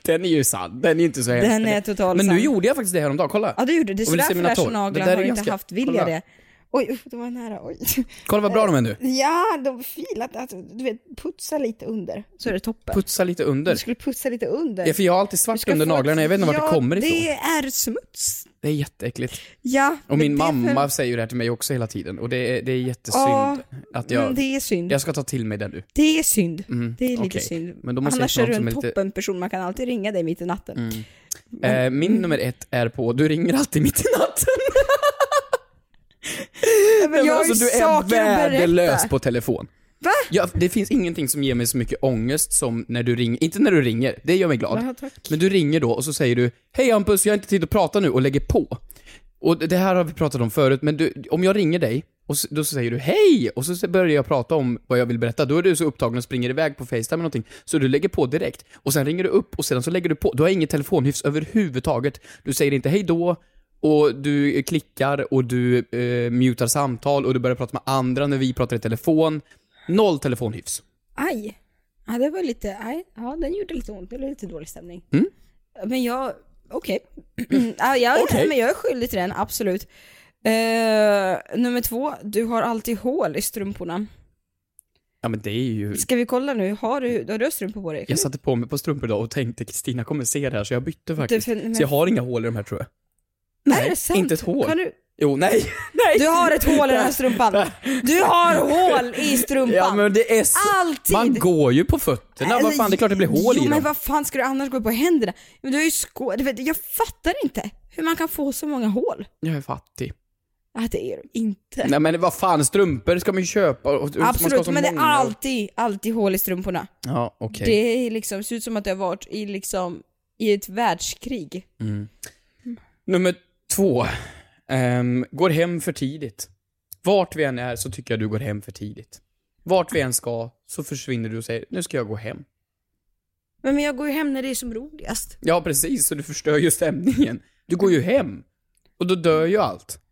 S6: Den är ju sann. Den är inte så hemsk.
S5: Den är total
S6: Men nu
S5: sann.
S6: gjorde jag faktiskt det häromdagen, kolla.
S5: Ja, du gjorde det.
S6: Och
S5: Så
S6: vill du se
S5: därför
S6: mina
S5: är så
S6: tår?
S5: naglar
S6: Det där
S5: har
S6: är
S5: inte
S6: ganska-
S5: haft vilja
S6: kolla.
S5: det. Oj, uff, det var nära. Oj.
S6: Kolla vad bra de är nu.
S5: Ja, de filat, alltså, du vet, putsa lite under så är det toppen.
S6: Putsa lite under.
S5: Du skulle putsa lite under.
S6: Ja, för jag har alltid svart under naglarna, jag vet inte vart det kommer ifrån.
S5: det är smuts.
S6: Det är jätteäckligt.
S5: Ja,
S6: Och min
S5: men det är
S6: mamma
S5: för-
S6: säger ju det här till mig också hela tiden och det är, det är jättesynd
S5: Ja,
S6: att jag...
S5: men Mm, det är synd.
S6: Jag ska ta till mig det nu.
S5: Det är synd.
S6: Mm,
S5: Det är lite
S6: okej.
S5: synd.
S6: Men då måste jag
S5: Annars
S6: hitta
S5: är du
S6: någon
S5: en
S6: som är lite-
S5: toppen person, man kan alltid ringa dig mitt i natten.
S6: Mm. Eh, min nummer ett är på, du ringer alltid mitt i natten.
S5: Men jag har ju
S6: alltså, du är
S5: saker att
S6: värdelös
S5: berätta.
S6: på telefon. Va? Ja, det finns ingenting som ger mig så mycket ångest som när du ringer, inte när du ringer, det gör mig glad.
S5: Ja, tack.
S6: Men du ringer då och så säger du Hej Hampus, jag har inte tid att prata nu och lägger på. Och det här har vi pratat om förut, men du, om jag ringer dig och s- då så säger du hej och så börjar jag prata om vad jag vill berätta, då är du så upptagen och springer iväg på Facetime eller någonting, så du lägger på direkt. Och sen ringer du upp och sedan så lägger du på. Du har inget telefonhyfs överhuvudtaget. Du säger inte hej då och du eh, klickar och du eh, mutar samtal och du börjar prata med andra när vi pratar i telefon. Noll telefonhyfs.
S5: Aj. Ja, det var lite, aj. Ja, den gjorde lite ont. Det blev lite dålig stämning.
S6: Mm.
S5: Men jag, okej. ja, jag,
S6: Okej.
S5: men jag är skyldig till den, absolut. Eh, nummer två, du har alltid hål i strumporna.
S6: Ja men det är ju...
S5: Ska vi kolla nu, har du, har du strumpor på dig?
S6: Jag satte på mig på strumpor idag och tänkte Kristina kommer se det här så jag bytte faktiskt.
S5: för- men-
S6: Så jag har inga hål i de här tror jag.
S5: Nej, är det sant?
S6: Inte ett hål.
S5: Kan du...
S6: Jo, nej. nej.
S5: Du har ett hål i den här strumpan. Du har hål i strumpan.
S6: Ja men det är så...
S5: Alltid.
S6: Man går ju på fötterna, vad fan det är klart det blir hål
S5: jo,
S6: i
S5: men
S6: dem.
S5: vad fan ska du annars gå på händerna? Men du har ju skå... du vet, Jag fattar inte hur man kan få så många hål.
S6: Jag är fattig.
S5: Ah, det är du inte.
S6: Nej men vad fan, strumpor ska man ju köpa och- och man ska ha
S5: Absolut,
S6: så
S5: men det är
S6: många.
S5: alltid, alltid hål i strumporna.
S6: Ja, okej.
S5: Det är liksom, ser ut som att det har varit i liksom, i ett världskrig.
S6: Mm. Nummer två. Ehm, går hem för tidigt. Vart vi än är så tycker jag du går hem för tidigt. Vart vi än ska så försvinner du och säger nu ska jag gå hem.
S5: Men, men jag går ju hem när det är som roligast.
S6: Ja, precis. Så du förstör ju stämningen. Du går ju hem. Och då dör ju allt.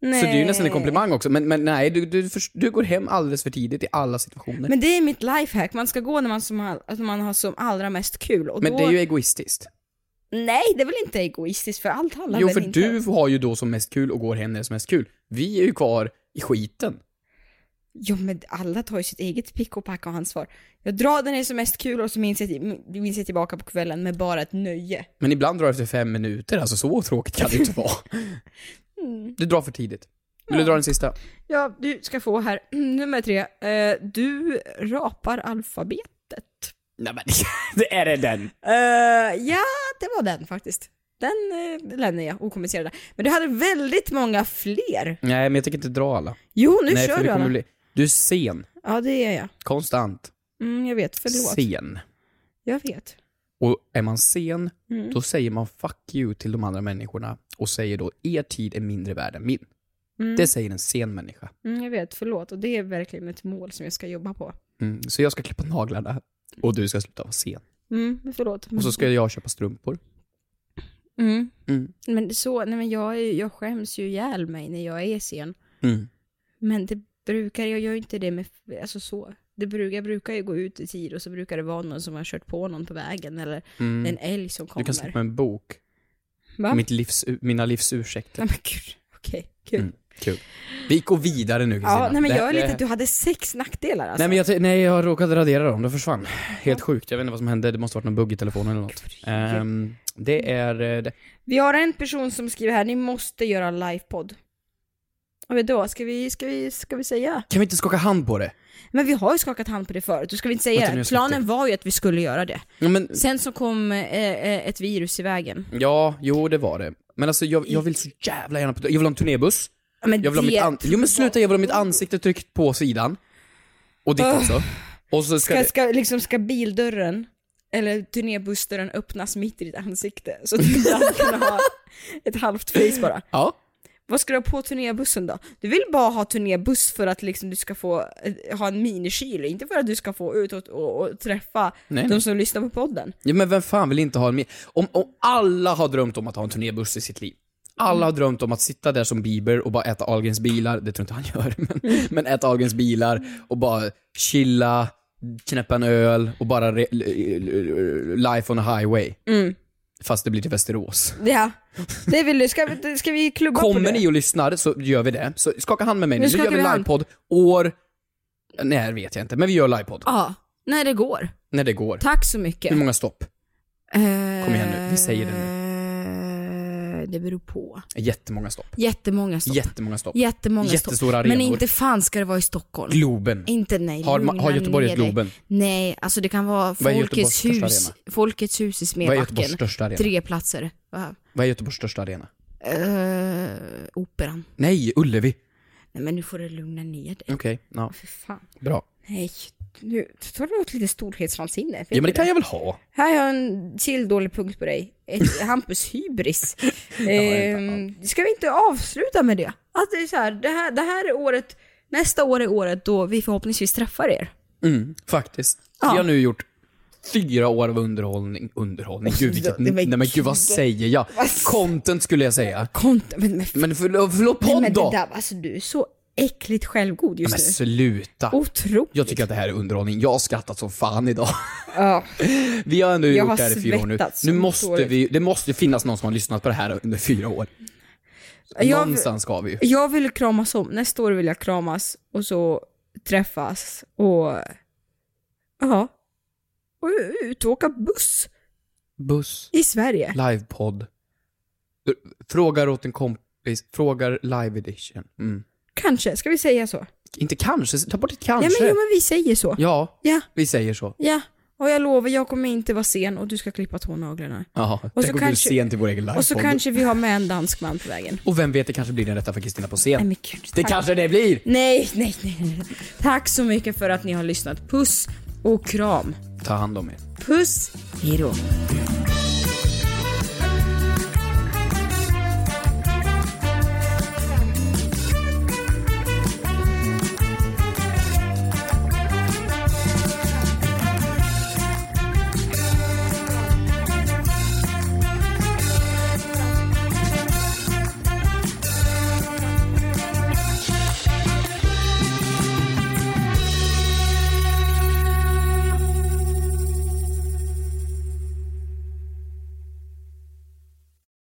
S6: Så det är ju nästan en komplimang också. Men, men nej, du, du, förs- du går hem alldeles för tidigt i alla situationer.
S5: Men det är mitt lifehack, man ska gå när man, som, all- att man har som allra mest kul. Och
S6: Men
S5: då...
S6: det är ju egoistiskt.
S5: Nej, det är väl inte egoistiskt för allt handlar
S6: Jo,
S5: väl
S6: för
S5: inte
S6: du har ju då som mest kul och går hem när det är som mest kul. Vi är ju kvar i skiten.
S5: Ja men alla tar ju sitt eget pick och pack och ansvar. Jag drar den är som mest kul och så minns jag, minns jag tillbaka på kvällen med bara ett nöje.
S6: Men ibland drar det efter fem minuter, alltså så tråkigt kan det ju inte vara. Du drar för tidigt. Vill du dra den sista?
S5: Ja, du ska få här. Nummer tre. Eh, du rapar alfabet.
S6: Nej men, det är det den.
S5: Eh, ja, det var den faktiskt. Den eh, lämnar jag okommenterad. Men du hade väldigt många fler.
S6: Nej, men jag tänker inte dra alla.
S5: Jo, nu
S6: Nej,
S5: kör
S6: för
S5: du
S6: det kommer
S5: alla.
S6: bli... Du är sen.
S5: Ja, det är jag.
S6: Konstant.
S5: Mm, jag vet, förlåt.
S6: Sen.
S5: Jag vet.
S6: Och är man sen,
S5: Mm.
S6: då säger man 'fuck you' till de andra människorna och säger då 'er tid är mindre värd än min'.
S5: Mm.
S6: Det säger en sen människa.
S5: Mm, jag vet, förlåt. Och det är verkligen ett mål som jag ska jobba på.
S6: Mm. Så jag ska klippa naglarna och du ska sluta vara sen.
S5: Mm, förlåt.
S6: Och så ska jag köpa strumpor.
S5: Mm.
S6: Mm.
S5: Men det är så, nej men jag, är- jag skäms ju ihjäl mig när jag är sen.
S6: Mm.
S5: Men det brukar, jag gör ju inte det med, alltså så. Det brukar, jag brukar ju gå ut i tid och så brukar det vara någon som har kört på någon på vägen eller
S6: Mm.
S5: en älg som
S6: Du
S5: kommer.
S6: kan släppa en bok.
S5: Va? Mm.
S6: Mitt livs, mina livs ursäkter.
S5: Nej men gud, okej, kul.
S6: Mm, kul. Vi går vidare nu Kristina.
S5: Ja, nej men
S6: Det-
S5: jag är lite
S6: det-
S5: att du hade sex nackdelar alltså.
S6: Nej, men jag, t- nej, jag råkade radera dem, de försvann. Helt sjukt, jag vet inte vad som hände, det måste ha varit någon bugg i telefonen eller något. Ehm, det är... eh, Det.
S5: alltså. Vi har en person som skriver här, ni måste göra livepodd. Och vet du vad, ska vi, ska vi, ska vi säga?
S6: Kan vi inte skaka hand på det?
S5: Men vi har ju skakat hand på det förut, då ska vi inte säga
S6: Vänta, nu har
S5: det.
S6: jag släppt
S5: Planen var ju att vi skulle göra det.
S6: Ja, men,
S5: Sen så kom eh, eh, ett virus i vägen.
S6: ja, jo det var det. Men alltså jag, jag vill så jävla gärna på... Jag vill ha en turnébuss.
S5: Ja, men
S6: jag vill ha
S5: det-
S6: mitt an- Jo men sluta, jag vill ha mitt ansikte tryckt på sidan. Och ditt
S5: Ugh.
S6: också. Och så ska,
S5: Ska,
S6: det-
S5: ska, liksom, ska bildörren, eller turnébussdörren öppnas mitt i ditt ansikte? Så att du ibland kan ha ett halvt face bara.
S6: Ja.
S5: Vad ska du ha på turnébussen då? Du vill bara ha turnébuss för att liksom, du ska få eh, ha en minikyl, inte för att du ska få ut och, och, och träffa
S6: Nej,
S5: de
S6: nej.
S5: som lyssnar på podden.
S6: Ja, men vem fan vill inte ha en... mi- Om, om alla har drömt om att ha en turnébuss i sitt liv. Alla har drömt om att sitta där som Bieber och bara äta Ahlgrens bilar, det tror inte han gör, men, men äta Ahlgrens bilar och bara chilla, knäppa en öl och bara re- l- l- l- life on a highway.
S5: Mm.
S6: fast det blir till Västerås.
S5: Ja, det vill du. Ska, vi- ska vi klubba på det?
S6: Kommer ni och lyssnar så gör vi det. Så skaka hand med mig
S5: Nu
S6: nu. Nu
S5: skakar
S6: gör vi
S5: vi hand.
S6: livepodd år... Nej, det vet jag inte. Men vi gör livepodd.
S7: Ja, när det går.
S6: När det går.
S7: Tack så mycket.
S6: Hur många stopp?
S7: Eh,
S6: Kom igen nu. Vi säger det nu.
S7: eh, det beror på.
S6: Jättemånga stopp.
S7: Jättemånga stopp.
S6: Jättemånga stopp.
S7: Jättemånga stopp.
S6: Jättestora arenor.
S7: Men inte fan ska det vara i Stockholm.
S6: Globen.
S7: Inte nej.
S6: Har ma-
S7: lugna
S6: har Göteborg ett
S7: ner dig.
S6: Globen?
S7: Nej, alltså det kan vara
S6: Vad är Göteborgs
S7: Folkets
S6: största
S7: hus.
S6: arena?
S7: Folkets hus i
S6: Vad är
S7: Smedbacken.
S6: Göteborgs största arena?
S7: Tre platser. Va?
S6: Vad är Göteborgs största arena?
S7: Eh, operan.
S6: Nej, Ullevi.
S7: Nej men nu får du lugna ner dig.
S6: Okej, ja.
S5: För fan.
S6: Bra.
S5: Nej, nu tar du åt lite storhetsvansinne. Vet
S6: Ja men
S5: du
S6: det kan jag väl ha?
S5: Här har jag en till dålig punkt på dig. Ett Hampus hybris. Ehm, ska vi inte avsluta med det? Att det är så här, det här, det här är året, nästa år är året då vi förhoppningsvis träffar er.
S6: Mm, faktiskt. Vi har nu gjort fyra år av underhållning. Underhållning? Gud, vilket...
S5: Men
S6: Nej men gud, vad
S5: gud.
S6: säger jag? Content skulle jag säga.
S5: Content? Men, men,
S6: men förlåt, förlåt
S5: Nej, men det
S6: podd då!
S5: där, alltså du är så äckligt självgod
S6: Ja,
S5: just Oh. nu.
S6: men sluta.
S5: Otroligt.
S6: Jag tycker att det här är underhållning. Jag har skrattat som fan idag.
S5: Ja.
S6: Vi har ändå
S5: Jag
S6: gjort
S5: har
S6: det här i fyra år nu.
S5: svettats
S6: nu
S5: som
S6: måste
S5: dåligt.
S6: vi, det måste ju finnas någon som har lyssnat på det här under fyra år.
S5: Jag-
S6: Någonstans ska vi ju.
S5: Jag vill kramas om, nästa år vill jag kramas och så träffas och... Ja. Och ut och åka buss
S6: Buss,
S5: i Sverige.
S6: livepodd. Frågar åt en kompis, frågar live edition. Mm.
S5: Kanske, ska vi säga så?
S6: Inte kanske, ta bort ett
S5: Ja
S6: kanske.
S5: men, jo, men vi säger så.
S6: Ja,
S5: Ja.
S6: vi säger så.
S5: Ja, och jag lovar, jag kommer inte vara sen och du ska klippa tånaglarna.
S6: Jaha,
S5: så
S6: tänk om du är
S5: kanske-
S6: sen till vår egen livepodd.
S5: Och så kanske vi har med en dansk man på vägen.
S6: Och vem vet, det kanske blir den rätta för Kristina på
S5: Nej,
S6: scen.
S5: men gud,
S6: det
S5: tack.
S6: kanske det blir!
S5: Nej, nej, nej. nej. Tack så mycket för att ni har lyssnat. Puss och kram.
S6: Ta hand om er.
S5: Puss, hejdå.